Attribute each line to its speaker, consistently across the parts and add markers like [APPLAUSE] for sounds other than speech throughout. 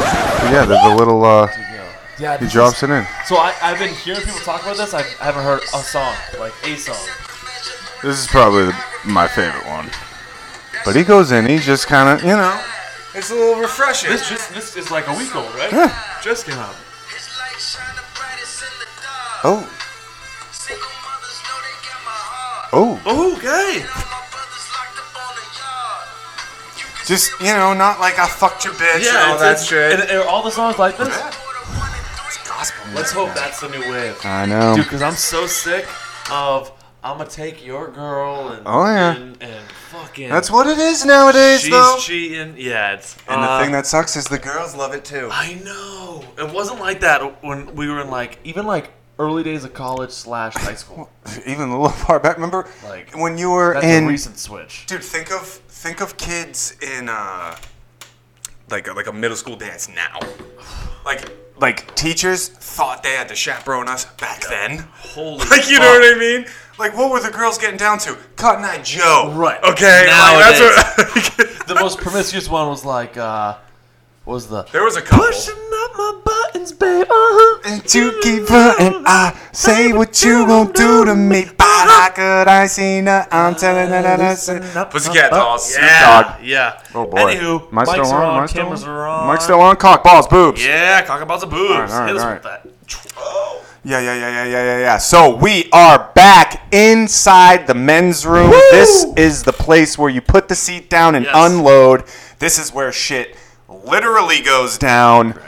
Speaker 1: Yeah, there's a little. Uh,
Speaker 2: Yeah,
Speaker 1: he
Speaker 2: this
Speaker 1: drops
Speaker 2: is-
Speaker 1: it in.
Speaker 2: So I, I've been hearing people talk about this. I haven't heard a song, like a song.
Speaker 1: This is probably the, my favorite one. But he goes in. He just kind of, you know.
Speaker 3: It's a little refreshing.
Speaker 2: This just this is like a week old, right?
Speaker 1: Yeah.
Speaker 2: Just came out.
Speaker 1: Oh, oh.
Speaker 2: Okay.
Speaker 1: Just you know, not like I fucked your bitch.
Speaker 3: Yeah, all that shit. oh,
Speaker 2: And, and are all the songs like this.
Speaker 3: gospel.
Speaker 2: Let's hope that's the new wave,
Speaker 1: I know.
Speaker 2: dude. Because I'm so sick of I'ma take your girl and
Speaker 1: Oh, yeah.
Speaker 2: and, and fucking
Speaker 1: That's what it is nowadays,
Speaker 2: she's
Speaker 1: though.
Speaker 2: cheating. Yeah, it's
Speaker 1: and
Speaker 2: uh,
Speaker 1: the thing that sucks is the girls love it too. [LAUGHS]
Speaker 2: I know. It wasn't like that when we were in like even like early days of college slash high school.
Speaker 1: Even a little far back. Remember
Speaker 2: Like,
Speaker 1: when you were
Speaker 2: That's
Speaker 1: in
Speaker 2: a recent switch.
Speaker 3: Dude, think of think of kids in uh like a, like a middle school dance now. Like like teachers thought they had to chaperone us back then.
Speaker 2: Holy
Speaker 3: Like you know
Speaker 2: fuck.
Speaker 3: what I mean? Like what were the girls getting down to? Cotton Eye Joe.
Speaker 2: Right.
Speaker 3: Okay. Like, that's what
Speaker 2: The most promiscuous one was like uh what was the
Speaker 3: There was a couple.
Speaker 2: Pushing up my buttons, babe. Uh-huh.
Speaker 1: And to keep her and I say what you gon' do to me. But how could I see now? I'm telling her that I said.
Speaker 3: Pussycat Dolls, Snoop
Speaker 2: Yeah, yeah.
Speaker 1: Oh boy.
Speaker 2: Anywho,
Speaker 1: Mike's
Speaker 2: mics
Speaker 1: still
Speaker 2: are
Speaker 1: on.
Speaker 2: on,
Speaker 1: Mike's still
Speaker 2: cameras
Speaker 1: on?
Speaker 2: are on.
Speaker 1: Mike's still on. Cock, balls, boobs.
Speaker 2: Yeah, cock about the boobs.
Speaker 1: all right,
Speaker 2: Hit us
Speaker 1: all
Speaker 2: with that.
Speaker 1: Yeah, yeah, yeah, yeah, yeah, yeah, yeah. So we are back inside the men's room. This is the place where you put the seat down and
Speaker 2: Yes.
Speaker 1: unload. This is where shit literally goes down.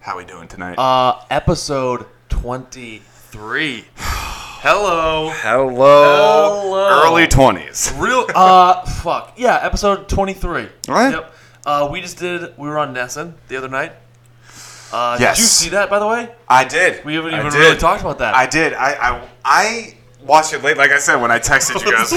Speaker 1: How we doing tonight?
Speaker 2: Uh, episode twenty-three. [SIGHS] Hello.
Speaker 1: hello.
Speaker 2: Hello.
Speaker 1: Early 20s.
Speaker 2: Real. Uh, fuck. Yeah, episode 23.
Speaker 1: Right.
Speaker 2: Yep. Uh, we just did, we were on Nessun the other night. Uh,
Speaker 1: Yes.
Speaker 2: Did you see that, by the way?
Speaker 1: I did.
Speaker 2: We haven't
Speaker 3: I
Speaker 2: even
Speaker 3: did.
Speaker 2: really talked about
Speaker 3: [LAUGHS]
Speaker 2: that. [LAUGHS]
Speaker 1: I did. I, I, I watched it late, like I said, when I texted
Speaker 2: [LAUGHS]
Speaker 1: you guys.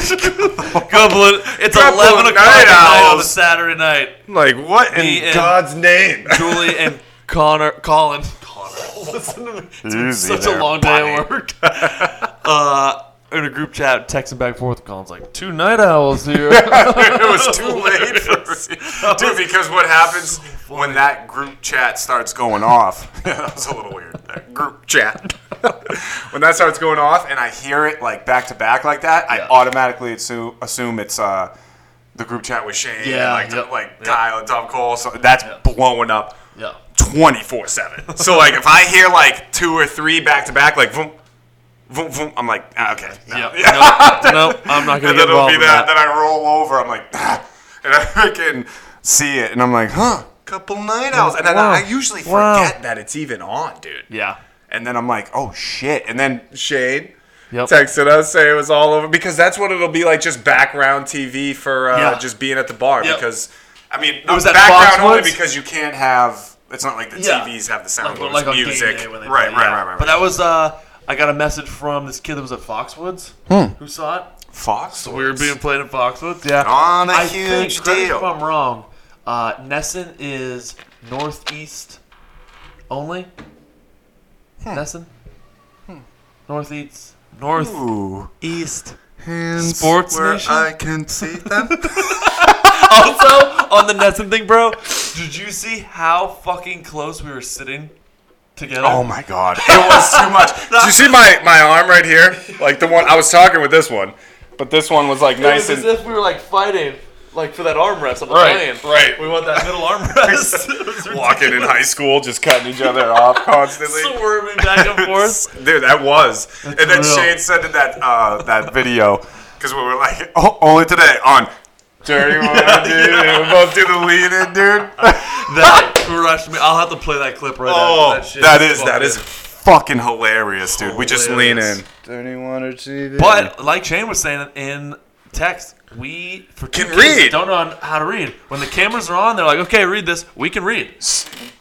Speaker 2: Goblin. It's
Speaker 1: Couple
Speaker 2: 11 o'clock at
Speaker 1: night
Speaker 2: night on a
Speaker 1: owls.
Speaker 2: Saturday night.
Speaker 1: like, what in
Speaker 2: Me and-
Speaker 1: God's name?
Speaker 2: Julie and Connor, Colin. [LAUGHS] Connor. Listen to me. It's been
Speaker 1: Easy
Speaker 2: [LAUGHS] such
Speaker 1: there,
Speaker 2: a long day at work. uh, in a group chat, texting back and forth. Colin's like, two night owls here.
Speaker 3: it was
Speaker 2: [LAUGHS]
Speaker 3: too late. For, dude, because what happens when that group chat starts going
Speaker 2: [LAUGHS]
Speaker 3: off? that was a little weird. That group chat. [LAUGHS] when that starts going off, and I hear it like back to back like that, I
Speaker 2: Yeah.
Speaker 3: automatically assume, assume it's uh, the group chat with Shane, and,
Speaker 2: Yeah,
Speaker 3: like
Speaker 2: yep,
Speaker 3: like
Speaker 2: yep.
Speaker 3: Kyle and Tom Cole. So that's blowing up
Speaker 2: yeah.
Speaker 3: twenty four
Speaker 2: [LAUGHS]
Speaker 3: seven. So like if I hear like two or three back to back, like vroom, vroom, vroom, I'm like ah, okay, no. [LAUGHS]
Speaker 2: Yep. Nope. nope. I'm not
Speaker 3: And then
Speaker 2: going to get
Speaker 3: it'll
Speaker 2: involved
Speaker 3: be
Speaker 2: in
Speaker 3: that.
Speaker 2: that.
Speaker 3: Then I roll over. I'm like, ah, and [LAUGHS] I freaking see it, and I'm like, huh, couple night owls. And then
Speaker 2: Wow.
Speaker 3: I usually forget
Speaker 2: Wow.
Speaker 3: that it's even on, dude.
Speaker 2: Yeah.
Speaker 3: And then I'm like, oh shit. And then Shane
Speaker 2: Yep.
Speaker 3: texted us saying it was all over because that's what it'll be like, just background TV for uh,
Speaker 2: Yeah.
Speaker 3: just being at the bar.
Speaker 2: Yep.
Speaker 3: Because I mean, it
Speaker 2: was
Speaker 3: was
Speaker 2: at
Speaker 3: background only
Speaker 2: Foxwoods?
Speaker 3: because you can't have. It's not like the
Speaker 2: Yeah.
Speaker 3: TVs have the
Speaker 2: like,
Speaker 3: sound.
Speaker 2: like,
Speaker 3: but
Speaker 2: on
Speaker 3: it's
Speaker 2: game
Speaker 3: music.
Speaker 2: day when they
Speaker 3: right, right,
Speaker 2: play,
Speaker 3: right,
Speaker 2: yeah.
Speaker 3: right, right.
Speaker 2: But that was uh, I got a message from this kid that was at Foxwoods who saw it.
Speaker 3: Fox.
Speaker 2: We were being played at Foxwoods. Yeah,
Speaker 3: On a
Speaker 2: I
Speaker 3: Oh, huge
Speaker 2: think, correct me If
Speaker 3: deal.
Speaker 2: I'm wrong, uh, Nesson is northeast only. Nesson, northeast, north
Speaker 3: Ooh.
Speaker 2: east.
Speaker 3: Hands
Speaker 2: Sports Nation?
Speaker 3: can see them.
Speaker 2: also, on the Nesson thing, bro, did you see how fucking close we were sitting together?
Speaker 3: Oh my
Speaker 2: [LAUGHS]
Speaker 3: god, it was too much. [LAUGHS] Did you see my, my arm right here? Like the one I was talking with this one, but this one was like
Speaker 2: It was
Speaker 3: nice
Speaker 2: as
Speaker 3: and.
Speaker 2: if we were like fighting, like for that armrest on the
Speaker 3: Right,
Speaker 2: plane.
Speaker 3: right.
Speaker 2: We want that middle [LAUGHS] armrest. It was
Speaker 3: Walking in
Speaker 2: [LAUGHS] ridiculous.
Speaker 3: high school, just cutting each other off constantly.
Speaker 2: swerving back and
Speaker 3: [LAUGHS]
Speaker 2: forth.
Speaker 3: Dude, that was. and then
Speaker 2: real.
Speaker 3: Shane sent in that uh, that video because we were like, [LAUGHS] oh, only today on. Jerry, yeah, dude, and we both do the lead in, dude.
Speaker 2: [LAUGHS] That crushed me. I'll have to play that clip right
Speaker 3: Oh,
Speaker 2: after. That, shit
Speaker 3: that is that
Speaker 2: fucking-
Speaker 3: is fucking hilarious, dude. We just lean
Speaker 2: Hilarious.
Speaker 3: in.
Speaker 2: But like Shane was saying in text, we for two
Speaker 3: Can
Speaker 2: kids that
Speaker 3: read.
Speaker 2: Don't know how to read. When the cameras are on, they're like, "Okay, read this. We can read."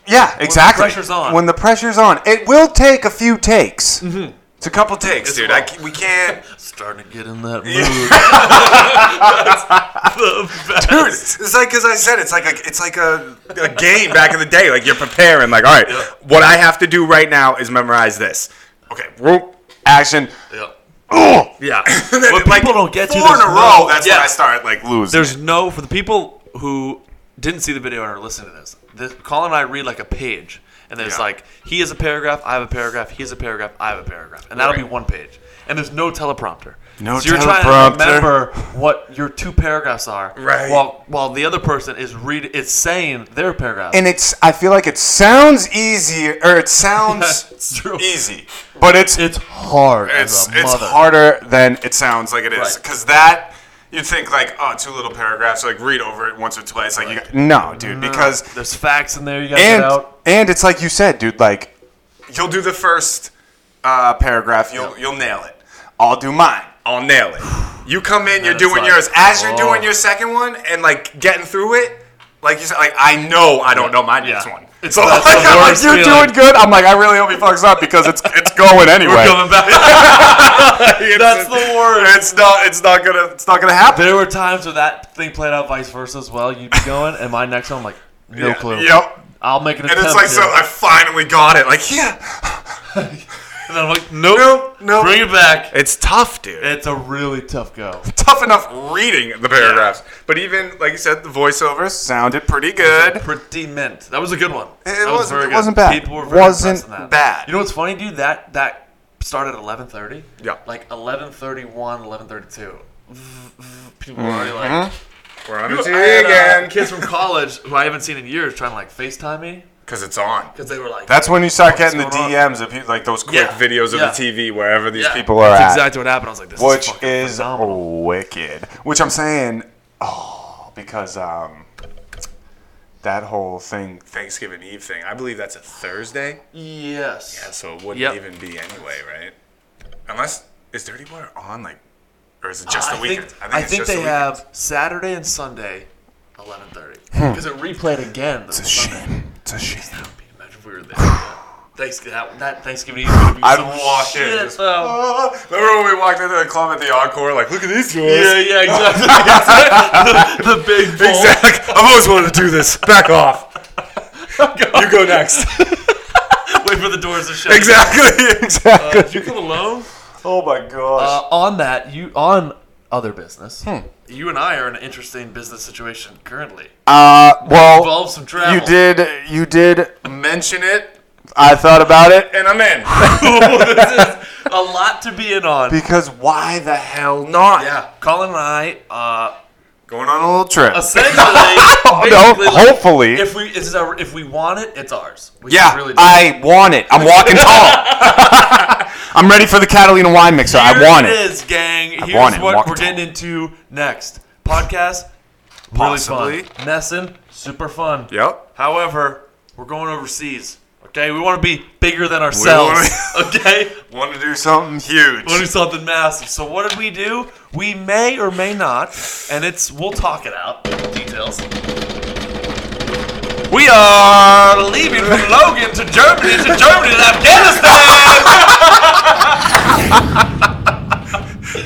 Speaker 1: Yeah, exactly.
Speaker 2: pressure's on.
Speaker 1: When the pressure's on, it will take a few takes.
Speaker 2: Mm-hmm.
Speaker 3: It's a couple takes, dude. I, ca- we can't.
Speaker 2: Starting to get in that [LAUGHS] mood. That's the
Speaker 3: [LAUGHS] Dude, it's like as I said, it's like a, it's like a, a game back in the day. Like you're preparing, like all right, what I have to do right now is memorize this. Okay, whoop, action.
Speaker 2: best.
Speaker 3: Oh,
Speaker 2: [LAUGHS] Yeah.
Speaker 3: [LAUGHS] And then,
Speaker 2: What
Speaker 3: like,
Speaker 2: people don't get to
Speaker 3: four
Speaker 2: there's
Speaker 3: in a
Speaker 2: no-
Speaker 3: row. That's
Speaker 2: yeah.
Speaker 3: when I start like losing.
Speaker 2: There's no for the people who didn't see the video and are listening to this. This Colin and I read like a page, and then it's
Speaker 4: Yeah.
Speaker 2: like he has a paragraph, I have a paragraph, he has a paragraph, I have a paragraph, and that'll be one page. And there's no teleprompter.
Speaker 3: No
Speaker 2: so you're
Speaker 3: teleprompter.
Speaker 2: trying to remember what your two paragraphs are,
Speaker 4: Right.
Speaker 2: While while the other person is read, it's saying their paragraph.
Speaker 3: And it's I feel like it sounds easier or
Speaker 2: [LAUGHS]
Speaker 3: it sounds
Speaker 2: it's true.
Speaker 4: Easy.
Speaker 3: but it's
Speaker 2: It's
Speaker 3: hard.
Speaker 4: It's,
Speaker 2: As a
Speaker 4: it's
Speaker 2: mother.
Speaker 3: harder than
Speaker 4: it sounds like it is
Speaker 2: Right.
Speaker 4: because that you'd think like oh two little paragraphs like read over it once or twice like you got,
Speaker 3: no, dude, because
Speaker 2: There's facts in there you gotta get
Speaker 3: and
Speaker 2: out.
Speaker 3: and it's like you said, dude, like
Speaker 4: you'll do the first uh, paragraph you'll you'll nail it
Speaker 3: I'll do mine.
Speaker 4: I'll nail it you come in you're
Speaker 2: it's
Speaker 4: doing
Speaker 2: like,
Speaker 4: yours as you're
Speaker 2: oh.
Speaker 4: doing your second one and like getting through it like you said like I know I don't know my next
Speaker 2: Yeah.
Speaker 4: one
Speaker 2: It's-
Speaker 4: so
Speaker 2: that's
Speaker 4: like,
Speaker 2: the
Speaker 4: I'm like
Speaker 2: worst
Speaker 4: you're doing
Speaker 2: feeling.
Speaker 4: good I'm like I really hope he fucks up because it's it's
Speaker 2: [LAUGHS]
Speaker 4: going anyway
Speaker 2: Coming back.
Speaker 4: [LAUGHS] It's-
Speaker 2: That's the worst.
Speaker 4: it's not it's not gonna it's not gonna happen
Speaker 2: There were times where that thing played out vice versa as well. You'd be going, and my next one, I'm like, no
Speaker 4: Yeah.
Speaker 2: clue.
Speaker 4: yep
Speaker 2: I'll make an
Speaker 4: and
Speaker 2: attempt.
Speaker 4: it's like
Speaker 2: here.
Speaker 4: so I finally got it like yeah
Speaker 2: and then I'm like, nope,
Speaker 4: Nope, nope.
Speaker 2: bring it back.
Speaker 4: it's tough dude
Speaker 2: It's a really
Speaker 4: [LAUGHS]
Speaker 2: tough go.
Speaker 4: tough enough reading the paragraphs. But even like you said, the voiceovers sounded pretty good.
Speaker 2: Pretty mint. That was a good one.
Speaker 4: It
Speaker 2: that
Speaker 4: wasn't- it
Speaker 3: wasn't bad.
Speaker 2: People were very
Speaker 3: Wasn't
Speaker 2: impressed in that.
Speaker 4: bad.
Speaker 2: You know what's funny, dude? That that started at 11:30.
Speaker 4: Yeah.
Speaker 2: Like 11:31, 11:32. People were already like.
Speaker 4: Mm-hmm. We're on
Speaker 2: I had, uh, kids from college who I haven't seen in years trying to like FaceTime me
Speaker 4: because it's on.
Speaker 2: because they were like,
Speaker 3: That's when you start getting the
Speaker 2: going on?
Speaker 3: DMs of people, like those quick
Speaker 2: Yeah.
Speaker 4: Videos of
Speaker 2: Yeah.
Speaker 4: the TV wherever these
Speaker 2: Yeah,
Speaker 3: people are
Speaker 2: That's
Speaker 3: at.
Speaker 2: exactly what happened. I was like, this is
Speaker 3: which
Speaker 2: fucking
Speaker 3: is
Speaker 2: phenomenal.
Speaker 3: wicked. Which I'm saying, oh, because um, that whole thing.
Speaker 4: Thanksgiving Eve thing. I believe that's a Thursday,
Speaker 2: Yes.
Speaker 4: so it wouldn't
Speaker 2: Yep.
Speaker 4: even be anyway, right? Unless is Dirty Water on like, or is it just the
Speaker 2: I
Speaker 4: weekend?
Speaker 2: Think, I think, they uh, have Saturday and Sunday, eleven thirty, because it replayed again. It's
Speaker 3: Hmm. It's a shame.
Speaker 2: Imagine if we were there. [SIGHS] yeah. Thanks, that, that Thanksgiving Eve. would be
Speaker 4: I'd
Speaker 2: some
Speaker 4: walk in
Speaker 2: shit,
Speaker 4: just- [LAUGHS]
Speaker 2: though.
Speaker 4: Ah, Remember when we walked into the club at the encore? Like, look at these guys.
Speaker 2: Yeah, yeah, exactly. [LAUGHS] the, the big bowl.
Speaker 4: Exactly. I've always wanted to do this. Back [LAUGHS] off. you go next.
Speaker 2: Wait for the doors to shut.
Speaker 4: exactly. Exactly.
Speaker 2: Uh, did you come alone?
Speaker 3: Oh my gosh.
Speaker 2: Uh, on that, you on other business.
Speaker 3: Hmm.
Speaker 2: You and I are in an interesting business situation currently.
Speaker 3: Uh, well,
Speaker 2: Involves some travel.
Speaker 3: you
Speaker 2: [LAUGHS]
Speaker 3: did. You did.
Speaker 4: Mention it,
Speaker 3: I thought about it
Speaker 4: and I'm in.
Speaker 2: a lot to be in
Speaker 3: [LAUGHS]
Speaker 2: on.
Speaker 3: because why the hell not?
Speaker 2: yeah, Colin and I uh,
Speaker 4: Going on a little trip.
Speaker 2: [LAUGHS] essentially,
Speaker 3: [LAUGHS] Oh, No,
Speaker 2: basically, like,
Speaker 3: hopefully.
Speaker 2: if we it's our, if we want it, it's ours. We
Speaker 3: yeah,
Speaker 2: really do.
Speaker 3: I want it. I'm walking
Speaker 2: [LAUGHS]
Speaker 3: tall. [LAUGHS] I'm ready for the Catalina wine mixer. I
Speaker 2: Here
Speaker 3: want it.
Speaker 2: It is, gang. Here's
Speaker 3: want it.
Speaker 2: what
Speaker 3: Walk
Speaker 2: we're
Speaker 3: it.
Speaker 2: getting into next podcast.
Speaker 4: Possibly.
Speaker 2: Really fun. Messing, super fun.
Speaker 4: Yep.
Speaker 2: However, we're going overseas. Okay, we want to be bigger than ourselves. [LAUGHS] okay,
Speaker 4: Want to do something huge.
Speaker 2: want to do something massive. So what did we do? We may or may not, and it's we'll talk it out. Details. We are leaving from Logan to Germany to Germany to Afghanistan.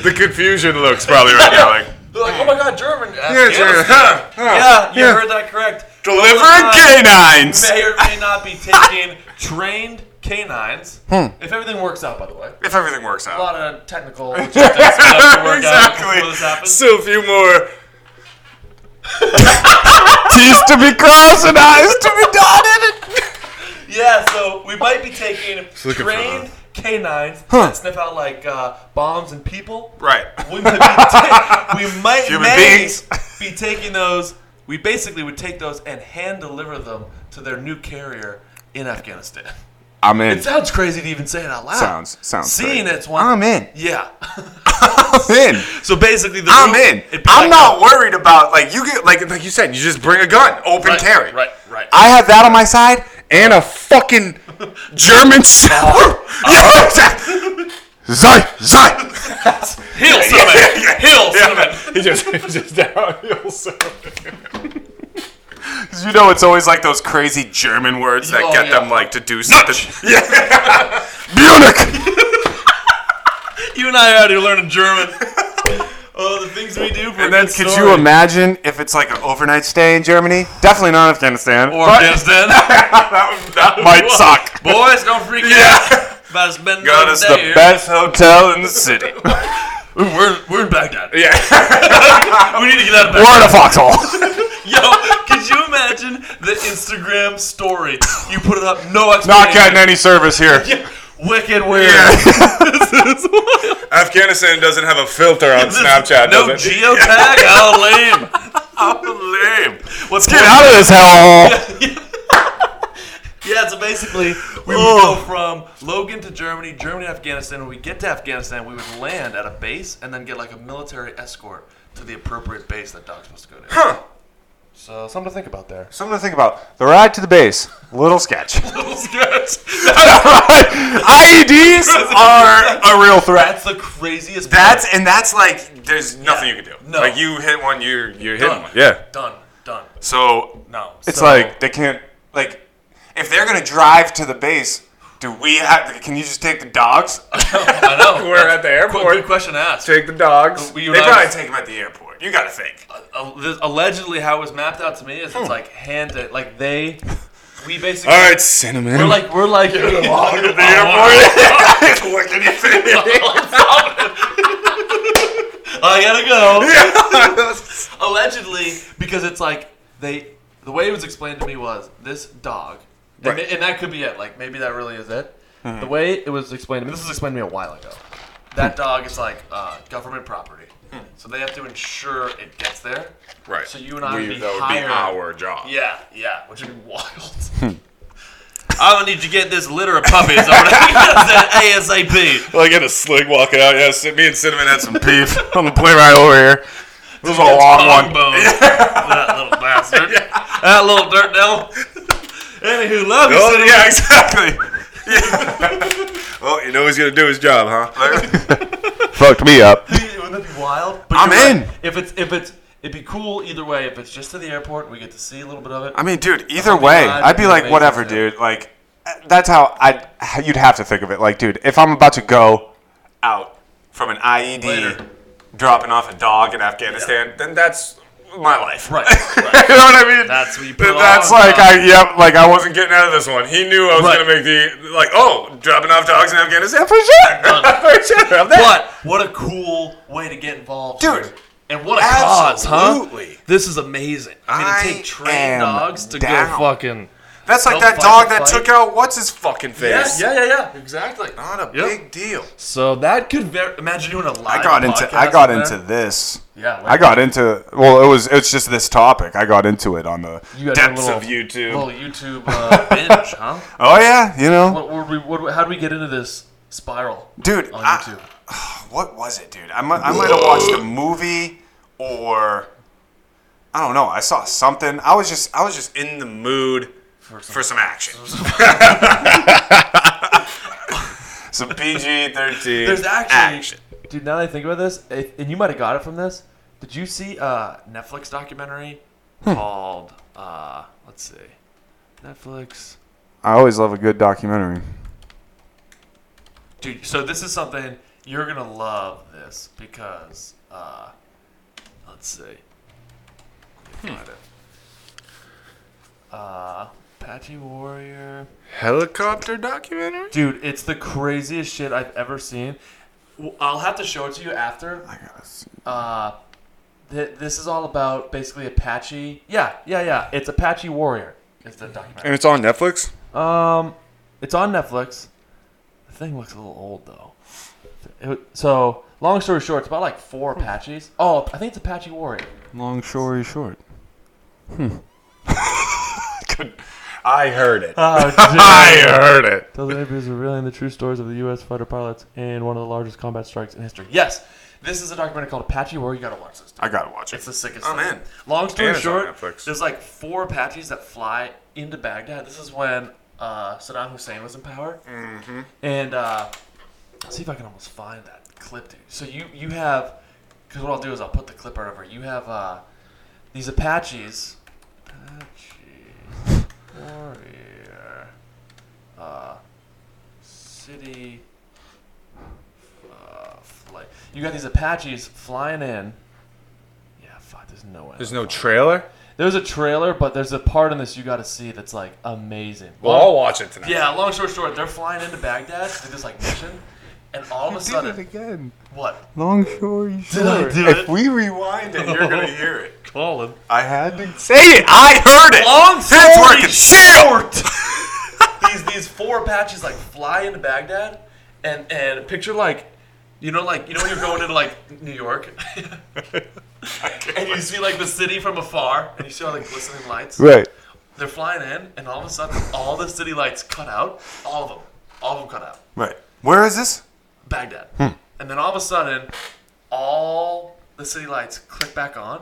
Speaker 4: The confusion looks probably right now.
Speaker 2: [LAUGHS]
Speaker 4: Like,
Speaker 2: They're like, oh my God, German.
Speaker 4: yeah,
Speaker 3: [LAUGHS]
Speaker 2: Afghanistan.
Speaker 4: huh, huh.
Speaker 2: Yeah, Uh, you heard that correct.
Speaker 4: Delivering
Speaker 2: Delivering
Speaker 4: canines.
Speaker 2: May or may not be taking trained canines. If everything works out, by the way.
Speaker 4: If everything works
Speaker 2: A
Speaker 4: out.
Speaker 2: lot of technical [LAUGHS] logistics we have to work out before this
Speaker 4: exactly.
Speaker 2: happens.
Speaker 4: So few [LAUGHS] more.
Speaker 3: T's to be crossed and I's to be dotted.
Speaker 2: Yeah, so we might be taking
Speaker 4: looking for
Speaker 2: trained canines that sniff out like uh, bombs and people.
Speaker 4: Right.
Speaker 2: We might, be ta-
Speaker 4: [LAUGHS]
Speaker 2: we might
Speaker 4: Human
Speaker 2: may
Speaker 4: beings.
Speaker 2: be taking those. We basically would take those and hand deliver them to their new carrier in Afghanistan.
Speaker 3: I'm in.
Speaker 2: It sounds crazy to even say it out loud.
Speaker 3: Sounds sounds.
Speaker 2: Seeing
Speaker 3: great.
Speaker 2: it's one.
Speaker 3: I'm in.
Speaker 2: Yeah. [LAUGHS]
Speaker 3: I'm in.
Speaker 2: So basically, the
Speaker 3: I'm
Speaker 2: route-
Speaker 3: in.
Speaker 2: it'd be
Speaker 4: I'm
Speaker 2: like
Speaker 4: not worried about like you get like like you said. You just bring a gun, open
Speaker 2: a- right,
Speaker 4: carry,
Speaker 2: Right, right.
Speaker 3: I have that on my side and a
Speaker 2: [LAUGHS]
Speaker 3: fucking German [LAUGHS] sour. yeah, exactly.
Speaker 2: [LAUGHS]
Speaker 3: Zai, zai.
Speaker 2: Hill summit. Hill [LAUGHS] summit.
Speaker 4: He just he
Speaker 2: [LAUGHS]
Speaker 4: just downhill. So. 'Cause You know, it's always like those crazy German words that
Speaker 2: Oh,
Speaker 4: get
Speaker 2: yeah.
Speaker 4: them like to do something. Yeah.
Speaker 3: [LAUGHS] Munich.
Speaker 2: You and I are out here learning German. [LAUGHS] oh, the things we do for
Speaker 4: And then
Speaker 2: a good
Speaker 4: could you
Speaker 2: story.
Speaker 3: imagine if it's like an overnight stay in Germany? Definitely not Afghanistan.
Speaker 2: Or
Speaker 3: but
Speaker 4: [LAUGHS]
Speaker 2: Afghanistan.
Speaker 4: that would- that would
Speaker 2: [LAUGHS]
Speaker 3: might
Speaker 4: work.
Speaker 3: suck.
Speaker 2: Boys, don't freak out. About to spend
Speaker 4: Got
Speaker 2: another
Speaker 4: us
Speaker 2: day
Speaker 4: the
Speaker 2: here.
Speaker 4: best hotel in the city.
Speaker 3: [LAUGHS]
Speaker 2: We're, we're in Baghdad.
Speaker 4: yeah.
Speaker 2: [LAUGHS] We need to get out of
Speaker 3: We're
Speaker 2: Baghdad.
Speaker 3: in
Speaker 2: [LAUGHS]
Speaker 3: a foxhole.
Speaker 2: Yo, could Could you imagine the Instagram story? You put it up, no
Speaker 3: Not getting
Speaker 2: explanation.
Speaker 3: any service here.
Speaker 2: Wicked weird. [LAUGHS] This is wild.
Speaker 4: Afghanistan doesn't have a filter
Speaker 3: [LAUGHS]
Speaker 4: on
Speaker 2: This is
Speaker 4: Snapchat,
Speaker 2: No
Speaker 4: does it? [LAUGHS]
Speaker 2: geotag? How lame.
Speaker 4: Oh, lame.
Speaker 2: What's
Speaker 3: Get out of this hellhole.
Speaker 2: Yeah, so basically, we would go from Logan to Germany, Germany to Afghanistan. When we get to Afghanistan, we would land at a base and then get like a military escort to the appropriate base that Doc's supposed to go to.
Speaker 4: Huh.
Speaker 2: So, something to think about there.
Speaker 3: Something to think about. The ride to the base. Little sketch.
Speaker 4: [LAUGHS]
Speaker 3: [LAUGHS]
Speaker 2: [LAUGHS]
Speaker 3: IEDs are a real threat.
Speaker 2: That's the craziest.
Speaker 4: That's and that's like there's nothing you can do.
Speaker 2: No.
Speaker 4: Like you hit one, you're you're hitting
Speaker 2: Done.
Speaker 4: one. Yeah.
Speaker 2: Done. Done.
Speaker 4: So
Speaker 2: No.
Speaker 3: It's
Speaker 2: So-
Speaker 3: like they can't.
Speaker 4: can like if they're gonna drive to the base, do we have? Can you just take the dogs?
Speaker 2: I know.
Speaker 4: [LAUGHS] We're at the
Speaker 2: Qu-
Speaker 4: airport.
Speaker 2: Good question asked.
Speaker 4: Take the dogs.
Speaker 2: We
Speaker 4: They
Speaker 2: would
Speaker 4: probably
Speaker 2: have-
Speaker 4: take them at the airport. You gotta think.
Speaker 2: Uh, this- allegedly, how it was mapped out to me is it's like hand it,
Speaker 4: [LAUGHS]
Speaker 2: like they, we basically.
Speaker 4: Hmm. All right, cinnamon. [LAUGHS]
Speaker 2: We're like we're like
Speaker 4: Walking
Speaker 2: [LAUGHS]
Speaker 4: to the airport. Look at your face.
Speaker 2: I
Speaker 4: [LAUGHS]
Speaker 2: gotta go. Allegedly, because it's like they. The way it was explained to me was this dog, and,
Speaker 4: Right. Uh-huh.
Speaker 2: and that could be it. Like maybe that really is it. The way it was explained to me, this was explained to me a while ago.
Speaker 4: Hmm.
Speaker 2: That dog is like uh, government property, so they have to ensure it gets there.
Speaker 4: Right.
Speaker 2: So you and I
Speaker 4: We-
Speaker 2: would be
Speaker 4: that would
Speaker 2: hired.
Speaker 4: be our Hmm. job.
Speaker 2: Yeah, yeah, which would be wild. [LAUGHS] I don't need you to get this litter of puppies over [LAUGHS] that ASAP.
Speaker 4: Like in a sling walking out. Yeah, Cin- me and cinnamon had some beef [LAUGHS] on the plane ride over here. It was a long one.
Speaker 2: Bone. that [LAUGHS] little bastard. That little dirt devil. Anywho, love you,
Speaker 4: [LAUGHS] Oh,
Speaker 2: Cinnamon.
Speaker 4: yeah, exactly.
Speaker 2: [LAUGHS]
Speaker 4: [LAUGHS] well, you know he's gonna do his job, huh? [LAUGHS]
Speaker 3: Fucked me up.
Speaker 2: Wouldn't that be wild? But
Speaker 3: I'm
Speaker 2: you're right.
Speaker 3: in.
Speaker 2: If it's if it's it'd be cool either way. If it's just to the airport, we get to see a little bit of it.
Speaker 3: I mean, dude. Either way,
Speaker 2: Oh God,
Speaker 3: I'd be
Speaker 2: it's
Speaker 3: like,
Speaker 2: amazing,
Speaker 3: whatever,
Speaker 2: dude.
Speaker 3: dude. Like, that's how I. would You'd have to think of it. Like, dude, if I'm about to go
Speaker 4: Out from an IED,
Speaker 2: Later.
Speaker 4: dropping off a dog in Afghanistan, then that's my life. [LAUGHS]
Speaker 2: right,
Speaker 4: you
Speaker 2: right.
Speaker 4: know what I mean?
Speaker 2: That's what you put
Speaker 4: Then
Speaker 2: on,
Speaker 4: that's
Speaker 2: dog.
Speaker 4: like I yep, like I wasn't getting out of this one. He knew I was
Speaker 2: Right.
Speaker 4: gonna make the like oh dropping off dogs in Afghanistan for sure, [LAUGHS] for sure. I'm there.
Speaker 2: But what a cool way to get involved,
Speaker 4: Dude,
Speaker 2: here. And what a cause, huh?
Speaker 4: absolutely.
Speaker 2: This is amazing. I mean, to
Speaker 4: I
Speaker 2: take trained
Speaker 3: am
Speaker 2: dogs to
Speaker 3: down.
Speaker 2: go fucking.
Speaker 4: That's like
Speaker 2: Don't
Speaker 4: that
Speaker 2: fight
Speaker 4: dog
Speaker 2: the
Speaker 4: that
Speaker 2: fight.
Speaker 4: took out what's his fucking face.
Speaker 2: yeah, yeah. Exactly.
Speaker 4: Not a
Speaker 2: Yep.
Speaker 4: big deal.
Speaker 2: So that could ver- imagine doing a live.
Speaker 3: I got into I
Speaker 2: podcast
Speaker 3: got
Speaker 2: in
Speaker 3: into
Speaker 2: there.
Speaker 3: this.
Speaker 2: Yeah, like-
Speaker 3: I got into well, it was it's just this topic. I got into it on the
Speaker 2: You guys did
Speaker 3: depths
Speaker 2: a little,
Speaker 3: of YouTube.
Speaker 2: little YouTube uh, [LAUGHS] binge, huh?
Speaker 3: oh yeah, you know,
Speaker 2: What, were we, what, how do we get into this spiral
Speaker 3: dude.
Speaker 2: on
Speaker 3: I-
Speaker 2: YouTube?
Speaker 3: what was it, dude? I might, I might have watched a movie or I don't know. I saw something. I was just I was just in the mood
Speaker 4: For some,
Speaker 2: [LAUGHS]
Speaker 4: action.
Speaker 2: [LAUGHS]
Speaker 3: some PG thirteen.
Speaker 2: There's actually,
Speaker 4: Action.
Speaker 2: dude. Now that I think about this, if, and you might have got it from this. Did you see a Netflix documentary called? Uh, let's see, Netflix.
Speaker 3: I always love a good documentary.
Speaker 2: Dude, so this is something you're gonna love this because uh, let's see. Let me find it. Uh, Apache Warrior.
Speaker 4: Helicopter documentary?
Speaker 2: Dude, it's the craziest shit I've ever seen. W- I'll have to show it to you after.
Speaker 3: I gotta see.
Speaker 2: Uh, th- this is all about basically Apache. Yeah, yeah, yeah. It's Apache Warrior. It's the documentary.
Speaker 4: And it's on Netflix?
Speaker 2: Um, it's on Netflix. The thing looks a little old though. It wa- so long story short, it's about like four Apaches. Oh, I think it's Apache [LAUGHS] Warrior.
Speaker 3: Long story short.
Speaker 4: I heard it. Uh, I
Speaker 2: Oh,
Speaker 4: heard it.
Speaker 2: [LAUGHS] Those interviews are revealing the true stories of the U.S. fighter pilots in one of the largest combat strikes in history. Yes, this is a documentary called Apache Warrior. You gotta watch this.
Speaker 4: I gotta watch
Speaker 2: It's
Speaker 4: it.
Speaker 2: the sickest.
Speaker 4: I'm
Speaker 2: thing.
Speaker 4: in.
Speaker 2: Long story
Speaker 4: And it's on
Speaker 2: short,
Speaker 4: Netflix.
Speaker 2: there's like four Apaches that fly into Baghdad. This is when uh, Saddam Hussein was in power. Mm-hmm. And uh, let's see if I can almost find that clip, dude. So you you have, because what I'll do is I'll put the clip right over. You have uh, these Apaches. Apaches warrior. Uh, city. Uh, flight. You got these Apaches flying in. Yeah, fuck. There's no way.
Speaker 4: no trailer?
Speaker 2: There's a trailer, but there's a part in this you got to see that's like amazing.
Speaker 4: Well, I'll watch it tonight.
Speaker 2: yeah. Long story short, they're flying into Baghdad to do this like mission, and all of a
Speaker 3: Did it
Speaker 2: sudden,
Speaker 3: again.
Speaker 2: what?
Speaker 3: Long story [LAUGHS] short.
Speaker 2: I do
Speaker 3: if
Speaker 2: it?
Speaker 3: we rewind it,
Speaker 4: You're gonna hear it.
Speaker 2: Colin.
Speaker 3: [LAUGHS] I had to say it. I heard it.
Speaker 2: Long
Speaker 4: That's
Speaker 2: story
Speaker 4: working. Shit.
Speaker 2: these these four Apaches like fly into Baghdad, and and picture like, you know like you know when you're going into like New York, and you see like the city from afar, and you see all like glistening lights.
Speaker 3: Right.
Speaker 2: They're flying in, and all of a sudden, all the city lights cut out. All of them, all of them cut out.
Speaker 3: Right. Where is this?
Speaker 2: Baghdad.
Speaker 4: Hmm.
Speaker 2: And then all of a sudden, all the city lights click back on,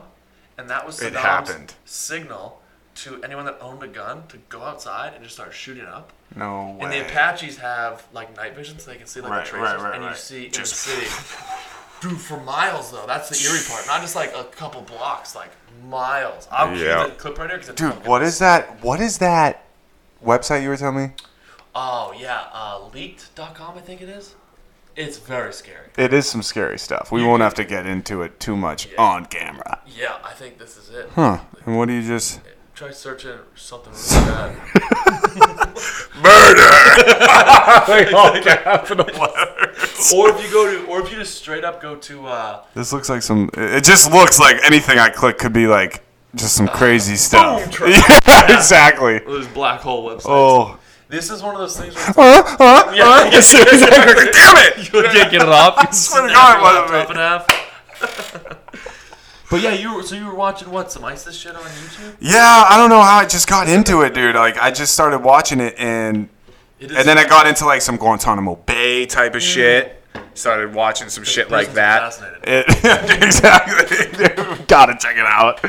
Speaker 2: and that was
Speaker 4: It
Speaker 2: Saddam's
Speaker 4: happened.
Speaker 2: signal to anyone that owned a gun to go outside and just start shooting up.
Speaker 4: No way.
Speaker 2: And the Apaches have like night vision, so they can see like
Speaker 4: Right,
Speaker 2: the traces,
Speaker 4: right, right,
Speaker 2: and you
Speaker 4: right.
Speaker 2: see in
Speaker 4: Just-
Speaker 2: the city.
Speaker 4: [LAUGHS]
Speaker 2: Dude, for miles though, that's the eerie part. Not just like a couple blocks, like miles. I'll
Speaker 4: Yeah.
Speaker 2: keep the clip right here because it's
Speaker 3: Dude,
Speaker 2: fucking-
Speaker 3: what is that? What is that website you were telling me?
Speaker 2: Oh yeah, uh, leaked.com I think it is. It's very scary.
Speaker 3: It is some scary stuff. We won't have to get into it too much on camera.
Speaker 2: Yeah, I think this is it.
Speaker 3: Huh. And what do you just.
Speaker 2: Try searching something really [LAUGHS] bad. [LAUGHS] or if you go to, or if you just straight up go to, uh,
Speaker 3: This looks like some. It it just looks like anything I click could be like just some crazy
Speaker 2: boom
Speaker 3: stuff. [LAUGHS]
Speaker 2: truck.
Speaker 3: yeah, exactly.
Speaker 2: those black hole websites.
Speaker 3: Oh.
Speaker 2: This is one of those things where
Speaker 3: Huh? Huh?
Speaker 2: [LAUGHS]
Speaker 3: [LAUGHS]
Speaker 2: Yeah.
Speaker 3: Huh? As soon as I
Speaker 2: [LAUGHS]
Speaker 3: click- Damn it!
Speaker 2: Oh, you can't get
Speaker 3: [LAUGHS]
Speaker 2: it [LAUGHS] off. I swear
Speaker 3: to God, one of
Speaker 2: "Oh, top [LAUGHS]
Speaker 3: them.
Speaker 2: and half. but yeah, you were, so you were watching what some ISIS shit on YouTube.
Speaker 3: Yeah, I don't know how I just got into it, dude. Like I just started watching it and
Speaker 2: It is
Speaker 3: and then I
Speaker 2: [LAUGHS]
Speaker 3: got into like some Guantanamo Bay type of shit. Started watching some shit like
Speaker 2: person's
Speaker 3: that.
Speaker 2: Fascinated.
Speaker 3: It, [LAUGHS] exactly. [LAUGHS] dude. Gotta check it out.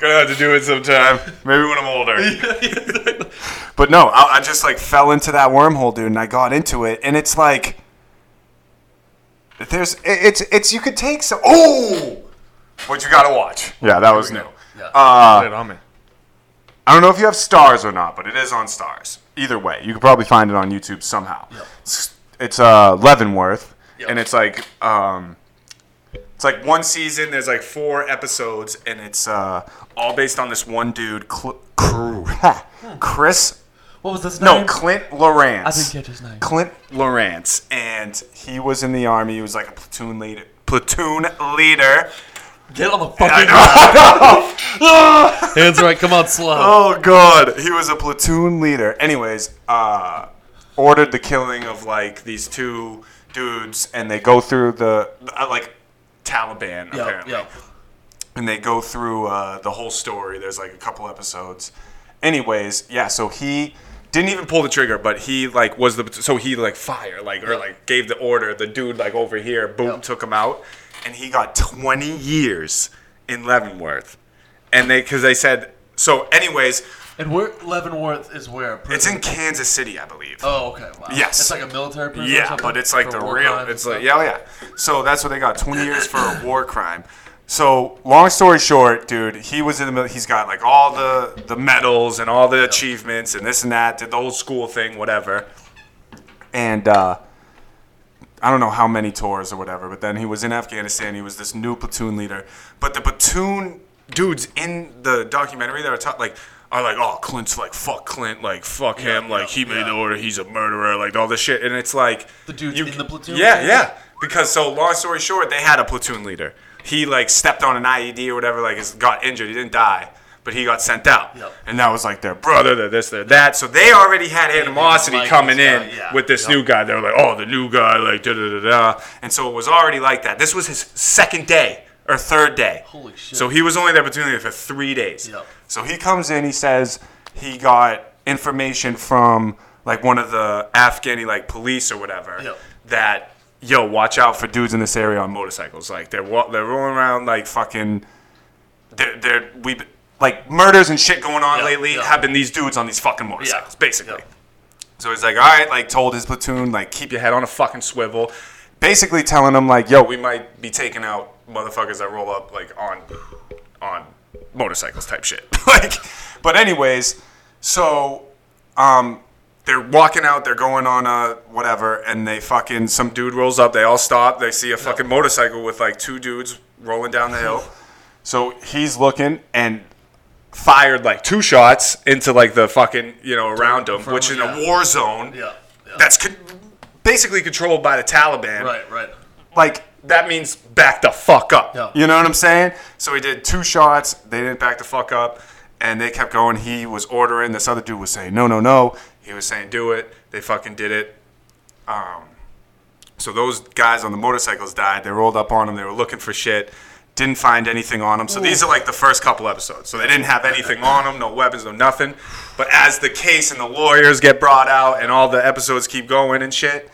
Speaker 3: Gonna have to do it sometime. Maybe when I'm [LAUGHS] older.
Speaker 2: [LAUGHS]
Speaker 3: But no, I, I just like fell into that wormhole, dude, and I got into it, and it's like there's it- it's it's you could take some. Oh,
Speaker 4: What you gotta watch?
Speaker 3: yeah, that was new.
Speaker 2: Yeah.
Speaker 3: Uh,
Speaker 4: Put it on me.
Speaker 3: I don't know if you have stars or not, but it is on stars. Either way, you could probably find it on YouTube somehow. It's, it's uh, Leavenworth,
Speaker 2: Yep.
Speaker 3: and it's like um, it's like one season. There's like four episodes, and it's uh, all based on this one dude, Cl- [LAUGHS] Cr- Chris.
Speaker 2: what was this
Speaker 3: No,
Speaker 2: name?
Speaker 3: Clint Lawrence.
Speaker 2: I didn't catch his name.
Speaker 3: Clint Lawrence, and he was in the army. He was like a platoon leader. Platoon leader.
Speaker 2: Get on the fucking [LAUGHS] hands right. Come on, slow.
Speaker 3: Oh god, he was a platoon leader. Anyways, uh, ordered the killing of like these two dudes, and they go through the uh, like Taliban
Speaker 2: Yeah,
Speaker 3: apparently,
Speaker 2: yeah.
Speaker 3: and they go through uh, the whole story. There's like a couple episodes. Anyways, yeah, so he didn't even pull the trigger, but he like was the so he like fire like or like gave the order. The dude like over here, boom, took him out, and he got 20 years in Leavenworth, and they because they said so. Anyways,
Speaker 2: And where Leavenworth is where? a prison-
Speaker 3: it's in Kansas City, I believe.
Speaker 2: Oh, okay. Wow.
Speaker 3: Yes.
Speaker 2: It's like a military prison. or
Speaker 3: yeah,
Speaker 2: something?
Speaker 3: but it's like
Speaker 2: For
Speaker 3: the
Speaker 2: war
Speaker 3: real.
Speaker 2: crimes
Speaker 3: It's
Speaker 2: and
Speaker 3: like
Speaker 2: stuff?
Speaker 3: yeah, oh, yeah. So that's what they got: 20 years for a war crime. So long story short, dude, he was in the. mil- He's got like all the the medals and all the achievements and this and that. Did the old school thing, whatever. And uh, I don't know how many tours or whatever, but then he was in Afghanistan. He was this new platoon leader. But the platoon dudes in the documentary that are taught, like, are like, oh, Clint's like, fuck Clint, like, fuck him, like, he made the order, he's a murderer, like, all this shit. And it's like.
Speaker 2: The dudes in the platoon
Speaker 3: Yeah,
Speaker 2: leader?
Speaker 3: yeah. Because, so, long story short, they had a platoon leader. He, like, stepped on an IED or whatever, like, is- got injured. He didn't die, but he got sent out.
Speaker 2: Yep.
Speaker 3: And that was, like, their brother, their this, their that. So they already had animosity
Speaker 2: like
Speaker 3: coming
Speaker 2: this
Speaker 3: in
Speaker 2: guy, yeah.
Speaker 3: with this
Speaker 2: Yep.
Speaker 3: new new guy. They were like, oh, the new guy, like da da da da. And so it was already like that. This was his second day or third day.
Speaker 2: Holy shit.
Speaker 3: So he was only there between for three days.
Speaker 2: Yep.
Speaker 3: So he comes in. He says he got information from like one of the Afghani like police or whatever
Speaker 2: Yep.
Speaker 3: that yo watch out for dudes in this area on motorcycles. Like they're wa- they're rolling around like fucking they're, they're we like murders and shit going on
Speaker 2: Yeah,
Speaker 3: lately
Speaker 2: yeah.
Speaker 3: have been these dudes on these fucking motorcycles,
Speaker 2: Yeah,
Speaker 3: basically.
Speaker 2: yeah.
Speaker 3: So he's like, all right, like told his platoon, like keep your head on a fucking swivel, basically telling them like, yo, we might be taking out motherfuckers that roll up like on on motorcycles type shit. [LAUGHS] like, but anyways, so um, they're walking out, they're going on a whatever, and they fucking some dude rolls up. They all stop. They see a fucking motorcycle with like two dudes rolling down the hill. So he's looking and fired like two shots into like the fucking you know around him, which in
Speaker 2: yeah.
Speaker 3: a war zone,
Speaker 2: Yeah. yeah.
Speaker 3: that's con-
Speaker 4: basically controlled by the Taliban.
Speaker 2: Right, right.
Speaker 4: Like that means back the fuck up.
Speaker 2: Yeah.
Speaker 4: You know what I'm saying?
Speaker 3: So he did two shots. They didn't back the fuck up, and they kept going. He was ordering. This other dude was saying, "No, no, no." He was saying, "Do it." They fucking did it. Um, so those guys on the motorcycles died. They rolled up on him. They were looking for shit. Didn't find anything on them. So these are like the first couple episodes. So they didn't have anything on them, no weapons, no nothing. But as the case and the lawyers get brought out and all the episodes keep going and shit,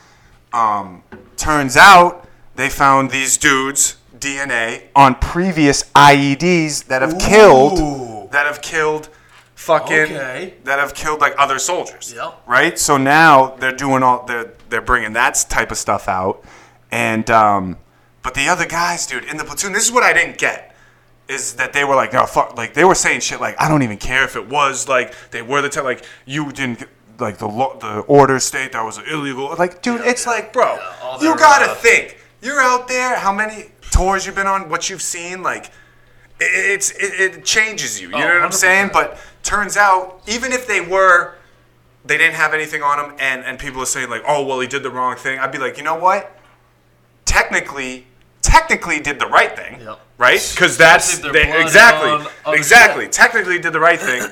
Speaker 3: um, turns out they found these dudes DNA on previous IEDs that have killed that have killed fucking
Speaker 2: Okay.
Speaker 3: that have killed like other soldiers.
Speaker 2: Yep.
Speaker 3: Right. So now they're doing all they're they're bringing that type of stuff out, and um, but the other guys, dude, in the platoon. This is what I didn't get. Is that they were like, no, fuck, like they were saying shit like, I don't even care if it was like they were the type, like you didn't, like the law, the order state that was illegal. Like, dude, it's like, bro,
Speaker 2: all
Speaker 3: you
Speaker 2: their,
Speaker 3: gotta
Speaker 2: uh,
Speaker 3: think. You're out there. How many tours you've been on? What you've seen? Like, it- it's it, it changes
Speaker 2: Oh,
Speaker 3: you. You know what I'm saying?
Speaker 2: 100%.
Speaker 3: But turns out, even if they were, they didn't have anything on him, and and people are saying like, oh well, he did the wrong thing. I'd be like, you know what? Technically, technically did the right thing,
Speaker 2: Yep.
Speaker 3: right? Because that's
Speaker 2: if they're
Speaker 3: they-
Speaker 2: blood on
Speaker 3: exactly
Speaker 2: other
Speaker 3: exactly.
Speaker 2: shit.
Speaker 3: Technically did the right thing,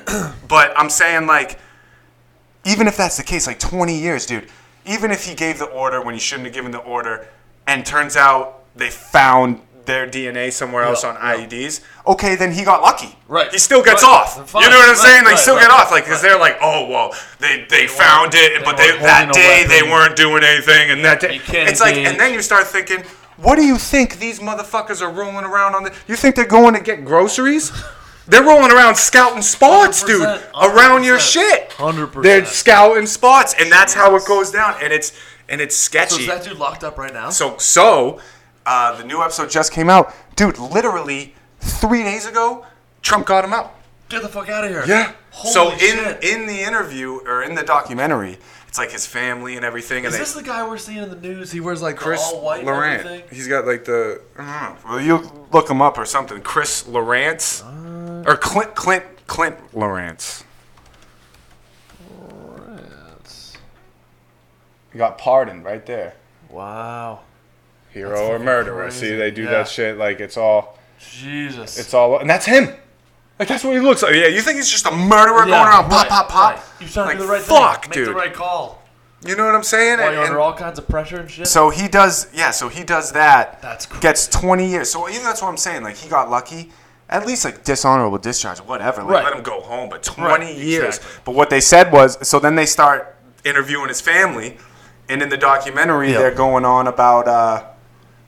Speaker 3: but I'm saying like, even if that's the case, like 20 years, dude. Even if he gave the order when he shouldn't have given the order, and turns out they found their DNA somewhere else
Speaker 2: Yeah,
Speaker 3: on
Speaker 2: yeah.
Speaker 3: IEDs, okay, then he got lucky.
Speaker 2: Right.
Speaker 3: He still gets
Speaker 2: Right.
Speaker 3: off.
Speaker 2: They're fine.
Speaker 3: You know what I'm
Speaker 2: Right,
Speaker 3: saying? Like,
Speaker 2: right,
Speaker 3: still
Speaker 2: right,
Speaker 3: get
Speaker 2: right,
Speaker 3: off. Like, because
Speaker 2: right.
Speaker 3: they're like, oh, well, they, they, found it, but
Speaker 2: they
Speaker 3: they,
Speaker 2: weren't
Speaker 3: that
Speaker 2: holding a
Speaker 3: day they
Speaker 2: weapon.
Speaker 3: weren't doing anything, and that day.
Speaker 2: You can't
Speaker 3: It's like,
Speaker 2: engage.
Speaker 3: and then you start thinking, what do you think these motherfuckers are rolling around on the. You think they're going to get groceries? They're rolling around scouting spots, dude,
Speaker 2: 100%,
Speaker 3: around your
Speaker 2: 100%,
Speaker 3: shit.
Speaker 2: 100%.
Speaker 3: They're scouting spots, and that's how it goes down. And it's and it's
Speaker 2: So
Speaker 3: sketchy.
Speaker 2: is that dude locked up right now?
Speaker 3: So, so uh, the new episode just came out, dude. Literally three days ago, Trump got him out.
Speaker 2: Get the fuck out of here. Holy
Speaker 3: so in
Speaker 2: shit.
Speaker 3: in the interview or in the documentary, it's like his family and everything. And
Speaker 2: is
Speaker 3: they,
Speaker 2: this the guy we're seeing in the news? He wears like
Speaker 3: Chris
Speaker 2: all white
Speaker 3: Laurent.
Speaker 2: everything.
Speaker 3: He's got like the I don't know. Well, you look him up or something. Chris Laurent
Speaker 2: Uh,
Speaker 3: or Clint Clint Clint Laurent. He got pardoned right there.
Speaker 2: Wow.
Speaker 3: Hero or murderer.
Speaker 2: crazy.
Speaker 3: See, they do
Speaker 2: Yeah.
Speaker 3: that shit like it's all.
Speaker 2: Jesus.
Speaker 3: It's all, and that's him. Like that's what he looks like. Yeah, you think he's just a murderer
Speaker 2: Yeah,
Speaker 3: going around pop,
Speaker 2: right,
Speaker 3: pop, pop?
Speaker 2: right. You're trying
Speaker 3: like,
Speaker 2: to do the right
Speaker 3: fuck,
Speaker 2: thing.
Speaker 3: dude.
Speaker 2: Make the right call.
Speaker 3: You know what I'm saying?
Speaker 2: While
Speaker 3: And-
Speaker 2: you're
Speaker 3: and-
Speaker 2: under all kinds of pressure and shit.
Speaker 3: so he does, yeah. So he does that.
Speaker 2: That's crazy.
Speaker 3: gets 20 years. So even that's what I'm saying. Like he got lucky. At least like dishonorable discharge, whatever. Like
Speaker 2: Right.
Speaker 3: let him go home. But 20
Speaker 2: Right,
Speaker 3: years.
Speaker 2: exactly.
Speaker 3: But what they said was, so then they start interviewing his family, and in the documentary
Speaker 2: Yep.
Speaker 3: they're going on about uh,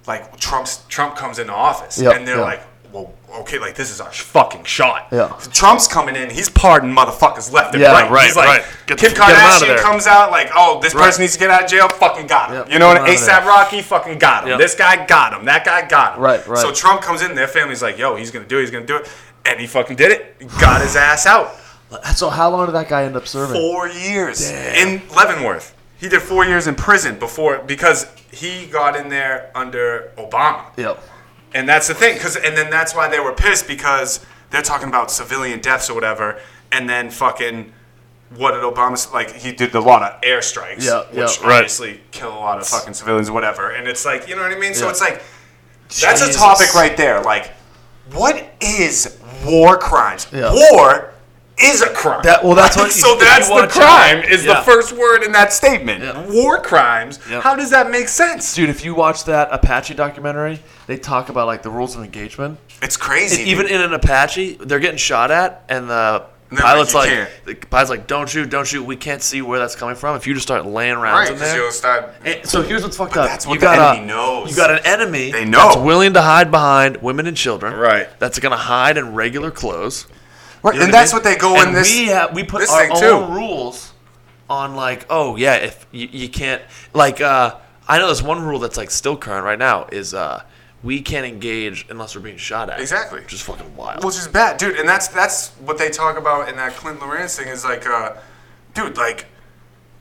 Speaker 3: like Trump's Trump comes into office,
Speaker 2: Yep,
Speaker 3: and they're
Speaker 2: yep.
Speaker 3: like, well, okay, like this is our fucking shot.
Speaker 2: Yeah.
Speaker 3: Trump's coming in, he's pardoned motherfuckers left and
Speaker 2: Yeah,
Speaker 3: right.
Speaker 4: right,
Speaker 3: He's like,
Speaker 4: right. Get
Speaker 3: Kim
Speaker 4: the- get 'em out of
Speaker 3: Kardashian
Speaker 4: there.
Speaker 3: comes out like, oh, this person needs to get out of jail. Fucking got him.
Speaker 2: Yep,
Speaker 3: You know what?
Speaker 2: get 'em out of there.
Speaker 3: ASAP Rocky fucking got him.
Speaker 2: Yep.
Speaker 3: This guy got him. That guy got him.
Speaker 2: Right, right.
Speaker 3: So Trump comes in, their family's like, yo, he's gonna do it. He's gonna do it, and he fucking did it. He Got his ass out.
Speaker 2: So how long did that guy end up serving?
Speaker 3: Four years in Leavenworth. He did four years in prison before because he got in there under Obama.
Speaker 2: Yep.
Speaker 3: And that's the thing, cause and then that's why they were pissed because they're talking about civilian deaths or whatever, and then fucking what did Obama s- like? He did a lot of airstrikes,
Speaker 2: Yeah, yeah.
Speaker 3: which
Speaker 4: Right.
Speaker 3: obviously kill a lot of fucking civilians, whatever. And it's like you know what I mean. So
Speaker 2: Yeah.
Speaker 3: it's like that's
Speaker 2: Jesus.
Speaker 3: a topic right there. Like, what is war crimes?
Speaker 2: Yeah.
Speaker 3: War is a crime.
Speaker 2: That- well, that's
Speaker 3: [LAUGHS]
Speaker 2: what-
Speaker 3: so
Speaker 2: if
Speaker 3: that's
Speaker 2: you
Speaker 3: the
Speaker 2: watch
Speaker 3: crime.
Speaker 2: out.
Speaker 3: Is
Speaker 2: Yeah.
Speaker 3: the first word in that statement?
Speaker 2: Yeah.
Speaker 3: War crimes.
Speaker 2: Yeah.
Speaker 3: How does that make sense?
Speaker 2: Dude, if you watch that Apache documentary, they talk about like the rules of engagement.
Speaker 3: It's crazy.
Speaker 2: Even in an Apache, they're getting shot at, and the
Speaker 3: And they're
Speaker 2: pilot's
Speaker 3: like,
Speaker 2: like,
Speaker 3: "You
Speaker 2: the pilot's like, don't shoot, don't shoot. We can't see where that's coming from. If you just start laying rounds in there.
Speaker 3: start
Speaker 2: And Eh, so here's what's fucked up.
Speaker 3: that's
Speaker 2: you
Speaker 3: what the
Speaker 2: got a,
Speaker 3: enemy knows.
Speaker 2: You got an enemy.
Speaker 3: They know.
Speaker 2: that's willing to hide behind women and children.
Speaker 3: Right.
Speaker 2: That's gonna hide in regular clothes.
Speaker 3: Right,
Speaker 2: You know
Speaker 3: and
Speaker 2: I
Speaker 3: that's
Speaker 2: mean?
Speaker 3: what they go
Speaker 2: and
Speaker 3: in this.
Speaker 2: We have we put
Speaker 3: this
Speaker 2: our
Speaker 3: thing,
Speaker 2: own
Speaker 3: too.
Speaker 2: rules on like, oh yeah, if you, you can't like, uh, I know there's one rule that's like still current right now is uh, we can't engage unless we're being shot at.
Speaker 3: Exactly.
Speaker 2: Which is fucking wild.
Speaker 3: which is bad, dude. And that's that's what they talk about in that Clint Lawrence thing is like, uh, dude, like,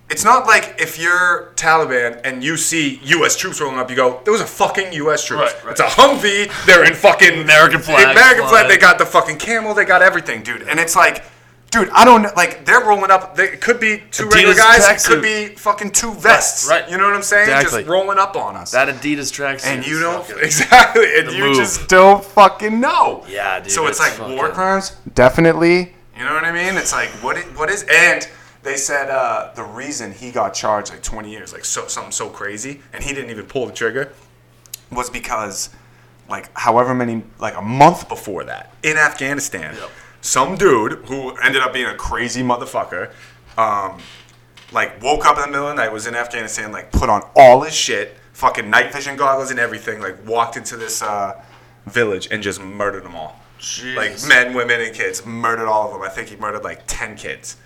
Speaker 3: it's not like if you're Taliban and you see U.S. troops rolling up, you go, there was a fucking U.S. troops.
Speaker 2: Right, right.
Speaker 3: It's a Humvee. They're in fucking
Speaker 2: American flag
Speaker 3: American flag.
Speaker 2: flying.
Speaker 3: They got the fucking camel. They got everything, dude. And it's like. Dude, I don't know. Like they're rolling up. They, it could be two regular
Speaker 2: Adidas
Speaker 3: guys.
Speaker 2: tracksuit.
Speaker 3: It could be fucking two vests.
Speaker 2: Right, right.
Speaker 3: You know what I'm saying?
Speaker 2: Exactly.
Speaker 3: Just rolling up on us.
Speaker 2: That Adidas tracksuit.
Speaker 3: and
Speaker 2: is
Speaker 3: you don't [LAUGHS]
Speaker 2: fucking-
Speaker 3: exactly. And you
Speaker 2: move.
Speaker 3: just don't fucking know.
Speaker 2: Yeah, dude,
Speaker 3: So it's,
Speaker 2: it's
Speaker 3: like war
Speaker 2: fucking-
Speaker 3: crimes. Definitely. You know what I mean? It's like what? i- what is? And they said uh, the reason he got charged like 20 years, like so something so crazy, and he didn't even pull the trigger, was because like however many like a month before that in Afghanistan, some dude who ended up being a crazy motherfucker, um, like woke up in the middle of the night, was in Afghanistan, like put on all his shit, fucking night vision goggles and everything, like walked into this uh, village and just murdered them all. Like men, women, and kids, murdered all of them. I think he murdered like ten kids,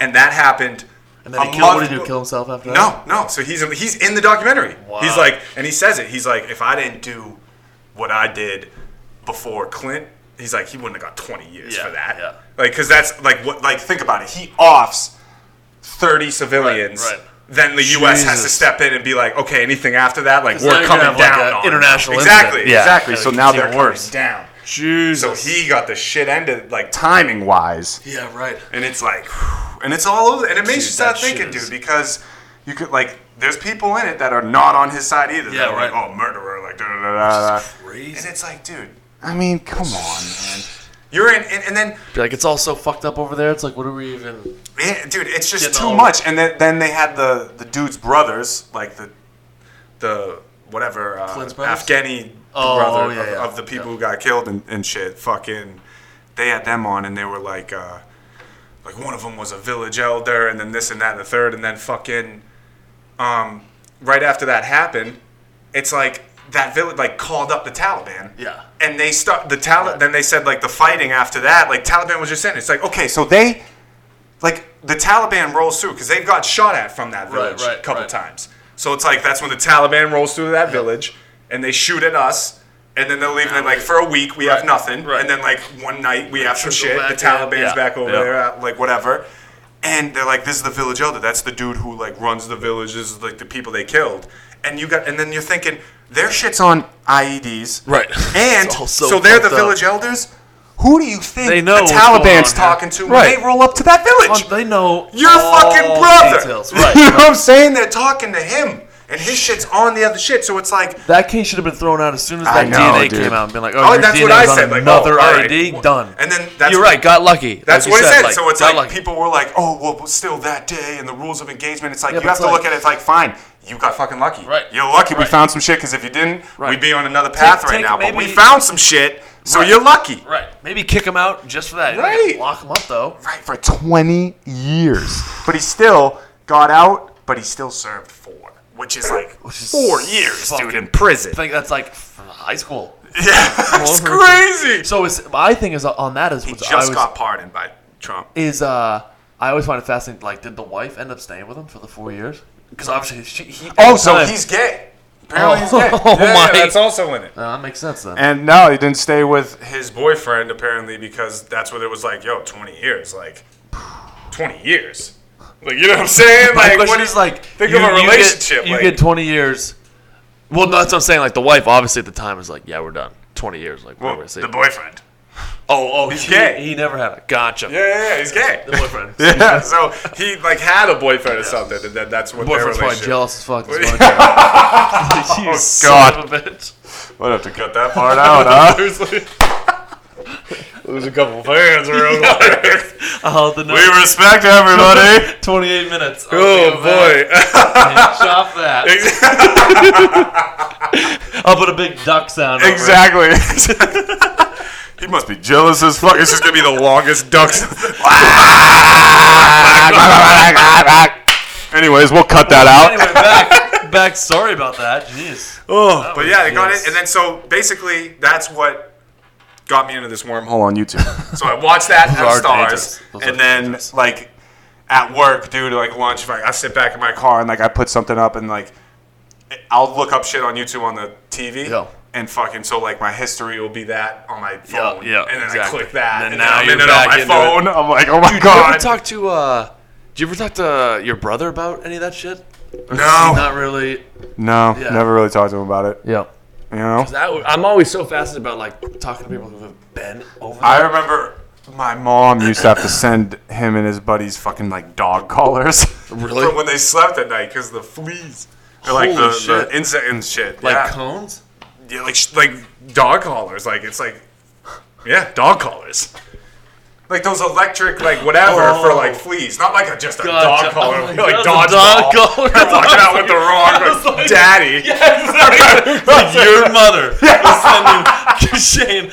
Speaker 3: and that happened.
Speaker 2: And then
Speaker 3: a
Speaker 2: he killed, what
Speaker 3: month
Speaker 2: did he do?
Speaker 3: be-
Speaker 2: Kill himself after
Speaker 3: no,
Speaker 2: that?
Speaker 3: no. So he's he's in the documentary.
Speaker 2: Wow.
Speaker 3: He's like, and he says it. He's like, if I didn't do what I did before Clint, he's like, he wouldn't have got 20 years
Speaker 2: Yeah,
Speaker 3: for that.
Speaker 2: yeah.
Speaker 3: Like, because that's like what like think about it. He offs 30 civilians.
Speaker 2: right.
Speaker 3: Then the U.S. has to
Speaker 2: Jesus.
Speaker 3: step in and be like, okay, anything after that, like
Speaker 2: now
Speaker 3: we're
Speaker 2: you're
Speaker 3: coming
Speaker 2: gonna have, like,
Speaker 3: down.
Speaker 2: a
Speaker 3: on it.
Speaker 2: international
Speaker 3: exactly,
Speaker 2: incident. Yeah.
Speaker 3: exactly. So
Speaker 2: Yeah,
Speaker 3: now
Speaker 2: it's
Speaker 3: they're
Speaker 2: even worse.
Speaker 3: worse down. So
Speaker 2: Jesus.
Speaker 3: he got the shit ended, like timing wise.
Speaker 2: yeah, right.
Speaker 3: And it's like, whew, and it's all over. And it makes you
Speaker 2: Dude,
Speaker 3: start
Speaker 2: that shit
Speaker 3: thinking, dude,
Speaker 2: is-
Speaker 3: because you could like, there's people in it that are not on his side either.
Speaker 2: Yeah,
Speaker 3: They're like,
Speaker 2: right.
Speaker 3: oh, murderer, like, da da da da.
Speaker 2: Crazy.
Speaker 3: And it's like, dude, I mean, come on, man. You're in, and, and then,
Speaker 2: Be like, it's all so fucked up over there. It's like, what are we even?
Speaker 3: man, dude, it's just
Speaker 2: Getting
Speaker 3: too
Speaker 2: all-
Speaker 3: much. And then, then they had the the dude's brothers, like the the whatever uh,
Speaker 2: Clint's brothers?
Speaker 3: Afghani
Speaker 2: Oh,
Speaker 3: brother
Speaker 2: yeah,
Speaker 3: of,
Speaker 2: yeah.
Speaker 3: of the people who got killed and, and shit. Fucking, they had them on, and they were like. uh like one of them was a village elder and then this and that and the third and then fucking um, right after that happened it's like that village like called up the taliban
Speaker 2: Yeah.
Speaker 3: and they start the taliban then they said like the fighting after that like taliban was just in it. it's like okay so they like the taliban rolls through because they've got shot at from that
Speaker 2: Right,
Speaker 3: village
Speaker 2: right,
Speaker 3: a couple
Speaker 2: right.
Speaker 3: times so it's like that's when the taliban rolls through that village and they shoot at us and then they'll leave and then, like for a week we have nothing
Speaker 2: right.
Speaker 3: and then like one night we have some shit
Speaker 2: trickle
Speaker 3: the
Speaker 2: back in.
Speaker 3: taliban's
Speaker 2: Yeah.
Speaker 3: back over
Speaker 2: Yeah.
Speaker 3: there uh, like whatever. And they're like, this is the village elder. That's the dude who like runs the village. This is like the people they killed. And you got, and then you're thinking their shit's on IEDs,
Speaker 2: Right.
Speaker 3: And
Speaker 2: [LAUGHS] It's all
Speaker 3: so,
Speaker 2: so
Speaker 3: they're the
Speaker 2: fucked up.
Speaker 3: village elders. Who do you think
Speaker 2: They know
Speaker 3: the
Speaker 2: what's going
Speaker 3: Taliban's
Speaker 2: on,
Speaker 3: talking
Speaker 2: huh?
Speaker 3: to
Speaker 2: Right.
Speaker 3: when they roll up to that village?
Speaker 2: Oh, They know
Speaker 3: Your
Speaker 2: all
Speaker 3: fucking
Speaker 2: the
Speaker 3: brother. [LAUGHS]
Speaker 2: Details.
Speaker 3: you know
Speaker 2: Right. [LAUGHS]
Speaker 3: what I'm saying? They're talking to him, and his shit's on the other shit. So it's like,
Speaker 2: that case should have been thrown out as soon as
Speaker 3: I
Speaker 2: that
Speaker 3: know,
Speaker 2: DNA
Speaker 3: dude.
Speaker 2: came out and been like, oh,
Speaker 3: oh,
Speaker 2: your
Speaker 3: that's
Speaker 2: DNA
Speaker 3: what I
Speaker 2: was on
Speaker 3: said. Like,
Speaker 2: another
Speaker 3: oh, all right.
Speaker 2: ID, done.
Speaker 3: And then that's
Speaker 2: You're right. Got lucky.
Speaker 3: That's
Speaker 2: like
Speaker 3: what
Speaker 2: you
Speaker 3: it
Speaker 2: said.
Speaker 3: said. so it's
Speaker 2: got
Speaker 3: like
Speaker 2: lucky.
Speaker 3: people were like, "Oh, well, but still that day," and the rules of engagement. It's like
Speaker 2: Yeah,
Speaker 3: you
Speaker 2: but
Speaker 3: have
Speaker 2: it's
Speaker 3: to look
Speaker 2: like-
Speaker 3: at it it's like, fine, you got fucking lucky.
Speaker 2: Right.
Speaker 3: You're lucky. We
Speaker 2: Right.
Speaker 3: found some shit because if you didn't,
Speaker 2: Right.
Speaker 3: we'd be on another path right
Speaker 2: take
Speaker 3: now. But we
Speaker 2: maybe-
Speaker 3: found some shit, so you're lucky.
Speaker 2: Right. Maybe kick him out just for that.
Speaker 3: Right.
Speaker 2: Lock him up though.
Speaker 3: Right for 20 years, but he still got out. But he still served four, which is like
Speaker 2: is
Speaker 3: four years, dude,
Speaker 2: fucking-
Speaker 3: in prison.
Speaker 2: I think that's like from high school.
Speaker 3: [LAUGHS] yeah, it's
Speaker 2: over.
Speaker 3: crazy.
Speaker 2: So it's my thing is on that is
Speaker 3: he
Speaker 2: what
Speaker 3: just
Speaker 2: I was,
Speaker 3: got pardoned by Trump.
Speaker 2: is uh I always find it fascinating. Like, did the wife end up staying with him for the four years? Because obviously she. He, uh,
Speaker 3: Oh,
Speaker 2: at the
Speaker 3: so
Speaker 2: time-
Speaker 3: he's gay. Apparently, he's
Speaker 2: Oh.
Speaker 3: [LAUGHS] gay.
Speaker 2: Oh
Speaker 3: yeah,
Speaker 2: my-
Speaker 3: that's also in it.
Speaker 2: Uh, that makes sense then.
Speaker 3: And no, he didn't stay with his boyfriend apparently because that's what it was like. Yo, twenty years, like twenty years. Like you know what I'm saying?
Speaker 2: My
Speaker 3: Like
Speaker 2: question
Speaker 3: what
Speaker 2: is like,
Speaker 3: think
Speaker 2: you,
Speaker 3: of a
Speaker 2: you get-
Speaker 3: relationship,
Speaker 2: You get,
Speaker 3: like-
Speaker 2: 20 years. Well, no, that's what I'm saying. Like the wife, obviously at the time was like, yeah, we're done. 20 years, like
Speaker 3: Well,
Speaker 2: we're gonna see.
Speaker 3: the boyfriend.
Speaker 2: oh, oh,
Speaker 3: he's
Speaker 2: he,
Speaker 3: gay.
Speaker 2: He never had it. Gotcha.
Speaker 3: Yeah, yeah, yeah he's gay.
Speaker 2: The boyfriend.
Speaker 3: [LAUGHS] yeah, so he like had a boyfriend or something, and then that's what
Speaker 2: Boyfriend's
Speaker 3: their relationship.
Speaker 2: probably jealous as
Speaker 3: [LAUGHS]
Speaker 2: fuck. As fuck. [LAUGHS]
Speaker 3: Oh,
Speaker 2: you son of a bitch.
Speaker 3: Might have to cut that part out, [LAUGHS] huh?
Speaker 2: Lose a couple fans real
Speaker 3: [LAUGHS]
Speaker 2: quick. Oh, the
Speaker 3: we
Speaker 2: number.
Speaker 3: respect everybody.
Speaker 2: [LAUGHS] 28 minutes.
Speaker 3: oh [LAUGHS] boy. [LAUGHS]
Speaker 2: Chop that. [LAUGHS] I'll put a big duck sound. over it.
Speaker 3: Exactly. [LAUGHS] he must be jealous as fuck. This is gonna be the longest [LAUGHS] ducks. Anyways, we'll cut that out.
Speaker 2: Anyway, back. Back. Sorry about that. Jeez.
Speaker 3: Oh, but yeah, they got
Speaker 2: yes.
Speaker 3: it, and then so basically that's what got me into this wormhole on YouTube.
Speaker 2: [LAUGHS]
Speaker 3: so I watched that
Speaker 2: Those
Speaker 3: at
Speaker 2: are
Speaker 3: Stars,
Speaker 2: dangerous. Those are
Speaker 3: and then like at work, dude, like lunch, like I sit back in my car and like I put something up and like I'll look up shit on YouTube on the TV.
Speaker 2: Yeah.
Speaker 3: And fucking so like my history will be that on my phone,
Speaker 2: yeah,
Speaker 3: and then I
Speaker 2: exactly.
Speaker 3: click that,
Speaker 2: And
Speaker 3: and,
Speaker 2: then
Speaker 3: now
Speaker 2: now
Speaker 3: I'm
Speaker 2: you're
Speaker 3: in it on
Speaker 2: back
Speaker 3: my
Speaker 2: into it.
Speaker 3: phone. I'm like, oh my
Speaker 2: Do you ever
Speaker 3: god,
Speaker 2: talk to? uh Do you ever talk to your brother about any of that shit?
Speaker 3: no,
Speaker 2: Not really.
Speaker 3: no,
Speaker 2: Yeah.
Speaker 3: never really talked to him about it.
Speaker 2: Yeah.
Speaker 3: You know,
Speaker 2: That, I'm always so fascinated about like talking to people who have been over.
Speaker 3: I remember My mom used to have to send him and his buddies fucking like dog collars.
Speaker 4: Really?
Speaker 3: [LAUGHS] From when they slept at night because the fleas. Or like
Speaker 2: Holy
Speaker 3: the,
Speaker 2: shit.
Speaker 3: the insect and shit.
Speaker 2: Like
Speaker 3: yeah.
Speaker 2: cones?
Speaker 3: yeah, like sh- like dog collars. Like it's like, yeah, dog collars. Like those electric, like whatever for like fleas. Not like a, just a
Speaker 2: Oh. Gotcha. Oh
Speaker 3: dog collar,
Speaker 2: I'm like,
Speaker 3: like
Speaker 2: that's a
Speaker 3: dodgeball. [LAUGHS]
Speaker 2: dog collar.
Speaker 3: I'm walking
Speaker 2: [LAUGHS]
Speaker 3: out with the
Speaker 2: I
Speaker 3: wrong
Speaker 2: was like-
Speaker 3: daddy.
Speaker 2: Like your mother was sending Shane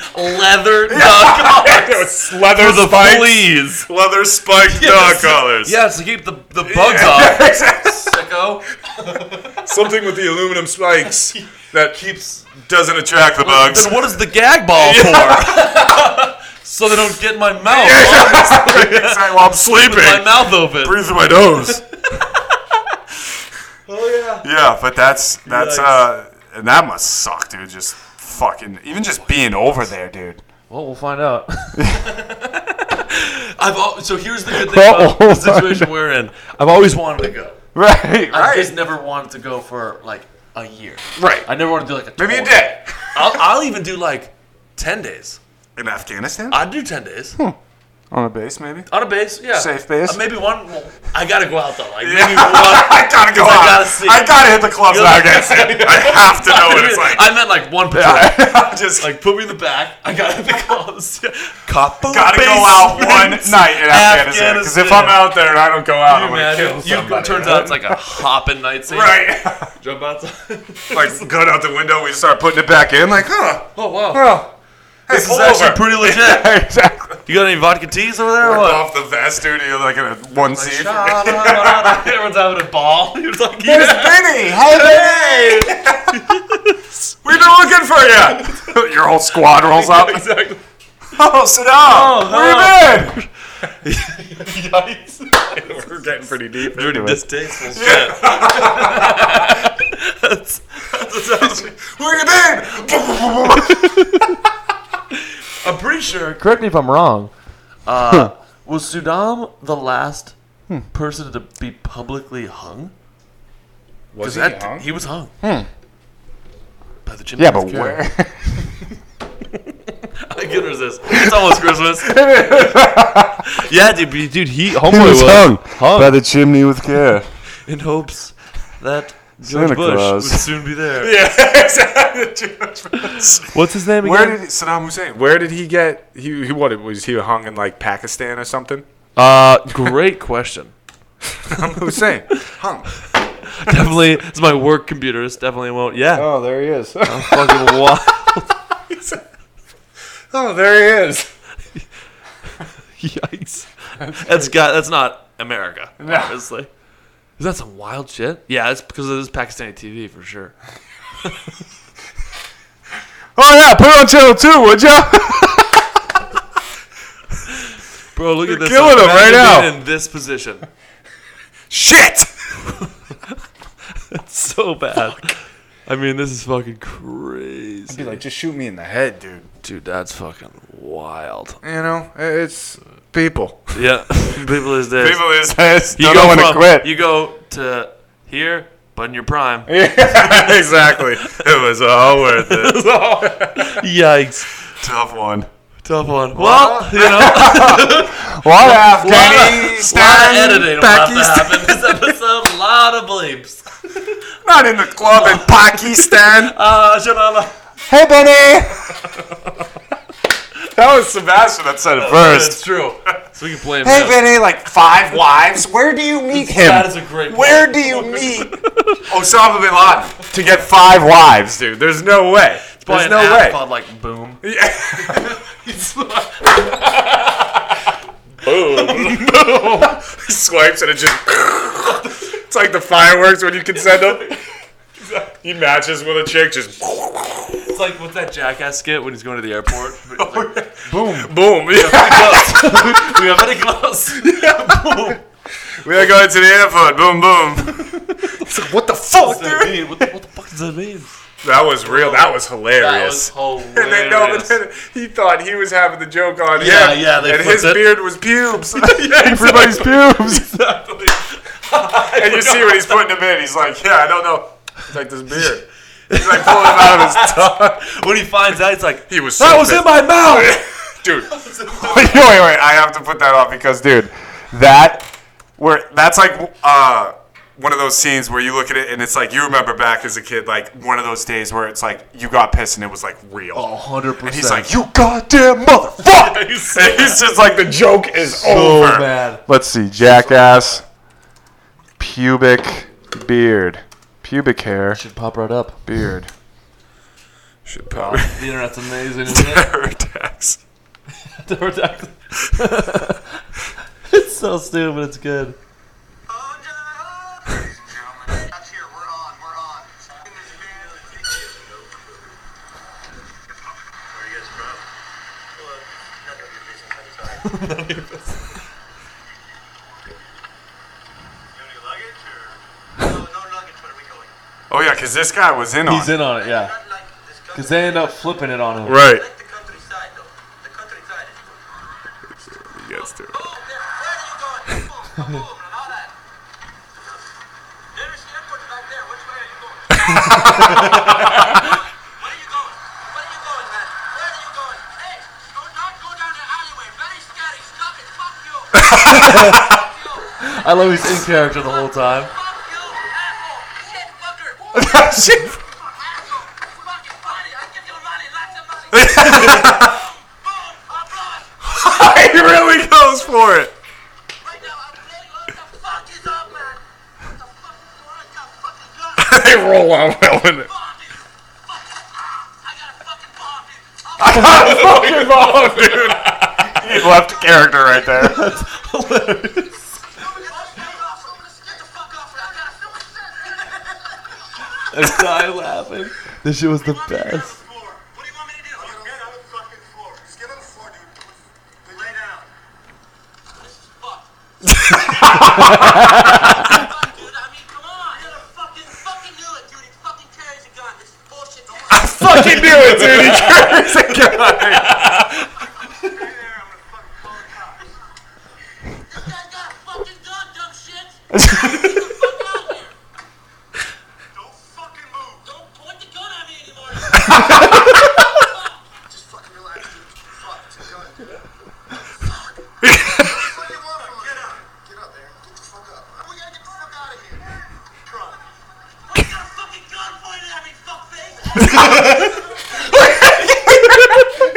Speaker 3: [LAUGHS]
Speaker 2: leather dog collars.
Speaker 3: It was leather
Speaker 2: the
Speaker 3: spiked, [LAUGHS]
Speaker 2: fleas.
Speaker 3: leather spiked dog collars. [LAUGHS]
Speaker 2: Yeah, to keep the, the bugs off. Sicko.
Speaker 3: Something with the aluminum spikes
Speaker 2: [LAUGHS]
Speaker 3: that keeps doesn't attract the bugs. [LAUGHS]
Speaker 2: Then what is the gag ball for? so they don't get in my mouth.
Speaker 3: While I'm sleeping,
Speaker 2: My mouth open.
Speaker 3: breathe through my nose.
Speaker 2: [LAUGHS] Oh yeah.
Speaker 3: Yeah, but that's that's
Speaker 2: Yikes.
Speaker 3: uh, and that must suck, dude. Just fucking even just being over there, dude. [LAUGHS]
Speaker 2: Well, we'll find out. [LAUGHS] I've al- so here's
Speaker 3: [LAUGHS]
Speaker 2: the good thing about the
Speaker 3: Oh,
Speaker 2: situation we're in. I've always wanted to go.
Speaker 3: Right,
Speaker 2: I just never wanted to go for like a year.
Speaker 3: right.
Speaker 2: I never want to do like a
Speaker 3: Maybe a
Speaker 2: tour.
Speaker 3: day
Speaker 2: I'll, I'll even do like ten days.
Speaker 3: in Afghanistan
Speaker 2: I'd do ten days
Speaker 3: on a base, maybe.
Speaker 2: on a base. Yeah,
Speaker 3: Hmm. Safe base?
Speaker 2: Uh, maybe one. well, I gotta go out though. Like maybe one.
Speaker 3: [LAUGHS] I gotta go
Speaker 2: I
Speaker 3: out.
Speaker 2: gotta see
Speaker 3: I
Speaker 2: it.
Speaker 3: gotta hit the clubs in
Speaker 2: [LAUGHS] Yeah.
Speaker 3: Afghanistan. I have to know what it's like.
Speaker 2: I meant like one
Speaker 3: [LAUGHS]
Speaker 2: patrol.
Speaker 3: I'm just
Speaker 2: Like put me in the back. I gotta [LAUGHS] pick up. Cop on
Speaker 3: gotta go out one
Speaker 2: basement.
Speaker 3: night in Afghanistan because if I'm out there and I don't go out, I'm
Speaker 2: Can you
Speaker 3: gonna kill
Speaker 2: imagine? You-
Speaker 3: somebody.
Speaker 2: turns out it's like a hopping night scene.
Speaker 3: right.
Speaker 2: Jump outside.
Speaker 3: [LAUGHS]
Speaker 2: [LAUGHS]
Speaker 3: like gun out the window, we start putting it back in. Like, huh?
Speaker 2: Oh wow.
Speaker 3: Oh, hey,
Speaker 2: This
Speaker 3: pull
Speaker 2: is actually
Speaker 3: over. [LAUGHS]
Speaker 2: pretty [LAUGHS] legit.
Speaker 3: exactly.
Speaker 2: You got any vodka teas over there or
Speaker 3: Rip
Speaker 2: what?
Speaker 3: off the vest, dude. You're like in a one seat. [LAUGHS]
Speaker 2: [LAUGHS] Everyone's having a ball. [LAUGHS] He was like,
Speaker 3: There's
Speaker 2: yeah.
Speaker 3: Benny. Hey, Benny. We've been looking for you. [LAUGHS] Your whole squad rolls
Speaker 2: [LAUGHS]
Speaker 3: up.
Speaker 2: Exactly.
Speaker 3: Oh, sit down.
Speaker 2: Oh,
Speaker 3: Where you been?
Speaker 2: Yikes. [LAUGHS]
Speaker 3: We're getting pretty deep.
Speaker 2: Dirty distasteful shit. [LAUGHS] That's- that's-
Speaker 3: Where you been?
Speaker 2: I'm pretty sure. Correct me if I'm wrong. Uh, was Saddam the last person to be publicly hung?
Speaker 3: Was
Speaker 2: 'Cause
Speaker 3: he
Speaker 2: that-
Speaker 3: young? [LAUGHS]
Speaker 2: He was hung. By the
Speaker 3: Hmm. Yeah, but
Speaker 2: chimpanzee.
Speaker 3: where?
Speaker 2: [LAUGHS] I can resist. It's almost
Speaker 3: [LAUGHS]
Speaker 2: Christmas. yeah, dude, but dude, he homeboy
Speaker 3: He was hung,
Speaker 2: hung
Speaker 3: by the chimney with care.
Speaker 2: in hopes
Speaker 3: [LAUGHS]
Speaker 2: that George
Speaker 3: Santa
Speaker 2: Bush
Speaker 3: Claus.
Speaker 2: would soon be there.
Speaker 3: [LAUGHS] Yes.
Speaker 2: [LAUGHS] What's his name again?
Speaker 3: where did Saddam Hussein? Where did he get? He, he what? Was he hung in like Pakistan or something? [LAUGHS]
Speaker 2: uh, [LAUGHS] great question.
Speaker 3: Saddam Hussein hung.
Speaker 2: definitely, it's my work computer. It's definitely won't. Yeah,
Speaker 3: Oh, there he is.
Speaker 2: fucking wild.
Speaker 3: [LAUGHS]
Speaker 2: [LAUGHS]
Speaker 3: oh, there he is. [LAUGHS]
Speaker 2: Yikes. That's got. That's not America. Obviously. Is that some wild shit? Yeah, it's because of this Pakistani TV for sure.
Speaker 3: Oh yeah, put it on channel two, would ya? [LAUGHS]
Speaker 2: Bro, look at this.
Speaker 3: killing 'em
Speaker 2: Imagine
Speaker 3: right
Speaker 2: being In this position,
Speaker 3: [LAUGHS] Shit.
Speaker 2: so bad. I mean, this is fucking crazy.
Speaker 3: Be like, just shoot me in the head, dude.
Speaker 2: Dude, that's fucking
Speaker 3: [LAUGHS]
Speaker 2: wild.
Speaker 3: You know, it's people.
Speaker 2: Yeah, [LAUGHS] people is this.
Speaker 3: People is [LAUGHS] don't
Speaker 2: you
Speaker 3: know
Speaker 2: go
Speaker 3: when to
Speaker 2: from-
Speaker 3: quit.
Speaker 2: You go to here, but in your prime.
Speaker 3: [LAUGHS]
Speaker 2: [LAUGHS]
Speaker 3: Yeah, [LAUGHS] exactly. It was uh, all worth it.
Speaker 2: Yikes.
Speaker 3: [LAUGHS] Tough one.
Speaker 2: Tough one. Well,
Speaker 3: [LAUGHS]
Speaker 2: you know,
Speaker 3: What
Speaker 2: a lot of
Speaker 3: Afghanistan?
Speaker 2: editing about to happen
Speaker 3: [LAUGHS]
Speaker 2: this episode. A lot of bleeps.
Speaker 3: Not in the club [LAUGHS] in Pakistan.
Speaker 2: Uh, Shalala.
Speaker 3: Hey, Benny. [LAUGHS] that was Sebastian that said it
Speaker 2: That's
Speaker 3: first.
Speaker 2: true. So we can play him.
Speaker 3: Hey,
Speaker 2: now.
Speaker 3: Benny, like five wives. Where do you meet him?
Speaker 2: That is a great. point.
Speaker 3: Where do
Speaker 2: [LAUGHS]
Speaker 3: you meet Oh, Osama bin Laden to get five wives, dude? There's no way.
Speaker 2: Probably
Speaker 3: There's
Speaker 2: an
Speaker 3: no
Speaker 2: app
Speaker 3: way.
Speaker 2: Called like [LAUGHS] Boom.
Speaker 3: [LAUGHS] He swipes and it just. [LAUGHS] it's like the fireworks when you can send them. He matches with a chick, just
Speaker 2: It's like what's that jackass skit when he's going to the [LAUGHS] airport? But it's like,
Speaker 3: boom. [LAUGHS] Yeah.
Speaker 2: Oh, [LAUGHS] we are
Speaker 3: [LAUGHS]
Speaker 2: very close. Boom.
Speaker 3: we are going to the airport. Boom, boom. [LAUGHS] It's like, what the fuck,
Speaker 2: What does that
Speaker 3: dude?
Speaker 2: mean? What, the, what the fuck does that mean?
Speaker 3: That was real. That was
Speaker 2: That
Speaker 3: hilarious.
Speaker 2: was [LAUGHS] hilarious.
Speaker 3: and then, no, but
Speaker 2: [LAUGHS]
Speaker 3: then he thought he was having the joke on
Speaker 2: Yeah,
Speaker 3: him.
Speaker 2: yeah, they
Speaker 3: and
Speaker 2: flipped
Speaker 3: his
Speaker 2: it.
Speaker 3: beard was
Speaker 2: [LAUGHS]
Speaker 3: pubes. [LAUGHS] Everybody's pubes.
Speaker 2: Exactly.
Speaker 3: And you see when he's putting him in, he's like, "Yeah, I don't know." He's like this beard. He's like pulling it out of his tongue.
Speaker 2: [LAUGHS] when he finds out, it's like
Speaker 3: He was.
Speaker 2: [LAUGHS] that was in my mouth.
Speaker 3: [LAUGHS] dude. [LAUGHS] wait, wait, wait. I have to put that off because, dude, that where that's like uh, one of those scenes where you look at it and it's like you remember back as a kid, like one of those days where it's like you got pissed and it was like real.
Speaker 2: Oh, 100%.
Speaker 3: And he's like, "You goddamn motherfucker!" and
Speaker 2: He's-
Speaker 3: [LAUGHS] he's just like, "The joke is
Speaker 2: so
Speaker 3: over."
Speaker 2: bad.
Speaker 4: Let's see. Jackass. Pubic beard. Pubic
Speaker 3: [LAUGHS]
Speaker 4: hair.
Speaker 2: Should pop right up.
Speaker 4: Beard.
Speaker 3: Should
Speaker 2: Wow,
Speaker 3: probably
Speaker 2: [LAUGHS] the internet's amazing, isn't
Speaker 3: [LAUGHS]
Speaker 2: it?
Speaker 3: terror attacks.
Speaker 2: Terror attacks. [LAUGHS] it's so stupid. It's good.
Speaker 3: Oh yeah, because this guy was in on.
Speaker 2: He's
Speaker 3: it.
Speaker 2: in on it, yeah. Cause uh, they end up flipping it on him.
Speaker 3: Right.
Speaker 1: Like the countryside, though. The countryside is good.
Speaker 3: He gets to it.
Speaker 1: Boom! There, where are you going? Boom! Boom! And all that. There is the airport back there. Which way are you going? where are you going? Where are you going, man? Where are you going? Hey, do not go down the alleyway. Very scary. Stop it. Fuck you. Fuck you.
Speaker 2: I love he's in character the whole time. [LAUGHS]
Speaker 1: Fuck you, asshole. Shit, fucker.
Speaker 3: Shit.
Speaker 1: Asshole. Fucking money. I give you money. Lots of money. Boom! I'm lost.
Speaker 3: [LAUGHS] he really goes for it.
Speaker 1: Right now, I'm playing. What the fuck is up, man? What the fuck is going on? Got fucking gun.
Speaker 3: [LAUGHS] They roll out well in [LAUGHS] it.
Speaker 1: Bomb you. Fuck. I gotta fucking bomb you.
Speaker 3: Fucking bomb, dude. he left character right there.
Speaker 1: Get the fuck off. I gotta film
Speaker 2: I die laughing. This shit was the best.
Speaker 1: What do you want me to do? Get on the fucking floor. Just get on the floor, dude. Lay down. This is fucked. Fuck, dude. I mean, come on. You gotta fucking, fucking do it, dude. He fucking carries a gun. This is bullshit. Don't
Speaker 3: Fucking do it, dude. He carries a gun.
Speaker 1: there. I'm gonna fucking call the cops. This guy's got a fucking gun, dumb shit. Don't fucking move. Don't point the gun at me [LAUGHS] anymore. Just fucking relax, dude. Fuck, it's a [LAUGHS] gun. what do you want from Get up. Get up there. Get the fuck up. We gotta get the fuck out of here. Try. Why you got a fucking gun pointed at me, [LAUGHS] fuckface?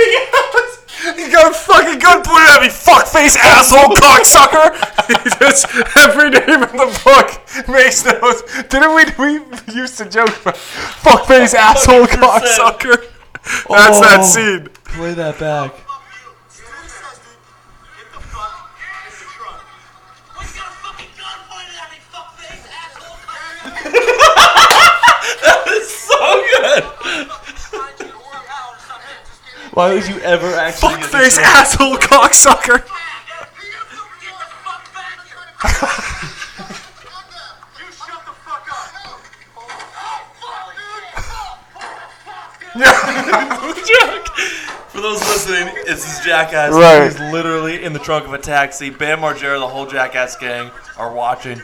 Speaker 3: He got a fucking gun pointed at me. Fuckface asshole cocksucker. [LAUGHS] he just every name in the book makes those. Didn't we? We used to joke about fuckface asshole cocksucker. That's that
Speaker 2: Oh.
Speaker 3: scene.
Speaker 2: Play that back.
Speaker 1: Fuck you. Do what he says, dude. Get the fuck in the truck. Why you got a fucking gun pointed at me, fuckface, asshole?
Speaker 2: So good.
Speaker 1: [LAUGHS]
Speaker 2: Why would you ever actually? get this
Speaker 3: Fuckface asshole cocksucker.
Speaker 2: For those listening, it's this jackass
Speaker 4: Right.
Speaker 2: who's literally in the trunk of a taxi. Bam Margera, the whole jackass gang are watching.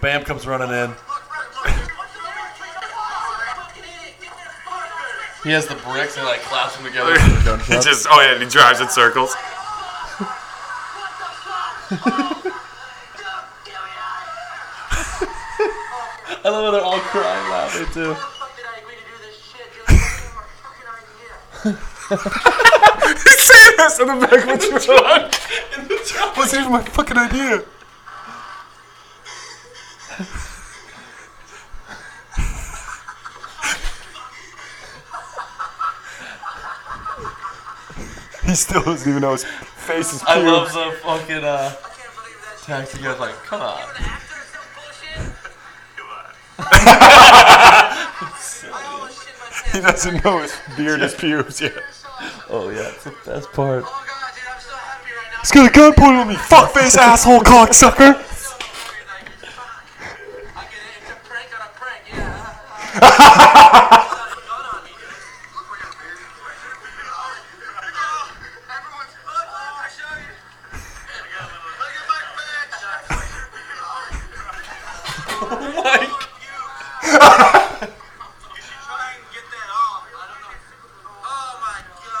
Speaker 2: Bam comes running in. He has the bricks and like claps them
Speaker 3: [LAUGHS]
Speaker 2: together.
Speaker 3: He just oh yeah, and he drives in circles.
Speaker 2: I love how they're all crying laughing too.
Speaker 3: He's [LAUGHS] saying this in the back of the truck. Wasn't even my fucking idea. he still doesn't even know his face is
Speaker 2: I
Speaker 3: pure.
Speaker 2: love the fucking uh, taxi guy's like, come on.
Speaker 3: He doesn't know his beard is pubes yet.
Speaker 2: Oh yeah, it's the best [LAUGHS] part.
Speaker 1: Oh god, dude, I'm so happy right now.
Speaker 3: He's got a gun pointed at me. Fuckface asshole cocksucker.
Speaker 1: [LAUGHS]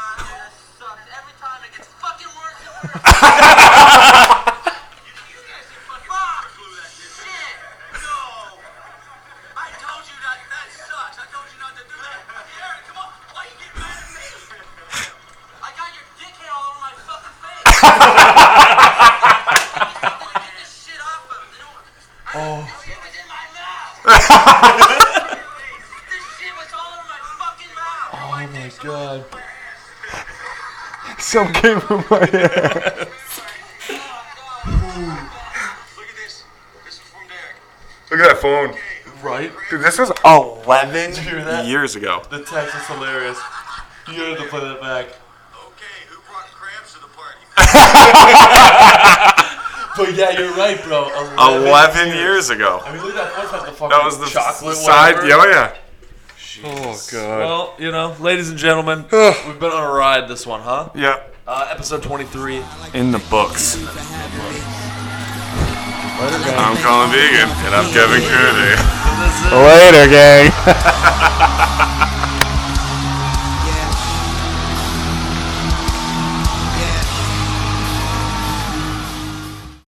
Speaker 1: Oh my god, dude, that sucks. Every time it gets fucking You guys are fucking cool at this. Shit. No. I told you that. That sucks. I told you not to do that. Aaron, come on. Why you get mad at me? I got your dickhead all over my fucking face. Get this shit off of him. Oh. This shit was in my mouth. this shit was all over my fucking mouth.
Speaker 2: Oh my god.
Speaker 3: Some came from my
Speaker 1: Look at this. This is from Derek.
Speaker 3: Look at that phone.
Speaker 2: Right?
Speaker 3: Dude, this was 11
Speaker 2: you hear that?
Speaker 3: years ago.
Speaker 2: The text is hilarious. You have to play that back.
Speaker 1: Okay, who brought crabs to the party?
Speaker 2: But yeah, you're right, bro. 11.
Speaker 3: 11 years ago.
Speaker 2: I mean, look at that first the fucking
Speaker 3: That was the
Speaker 2: chocolate
Speaker 3: side.
Speaker 2: whatever.
Speaker 3: Yeah, oh, yeah. Oh, God.
Speaker 2: Well, you know, ladies and gentlemen, we've been on a ride this one, huh?
Speaker 3: Yeah.
Speaker 2: Uh, episode 23.
Speaker 3: In the books. I'm Colin Vegan. And I'm Kevin Curdy.
Speaker 2: This is-
Speaker 3: Later, gang.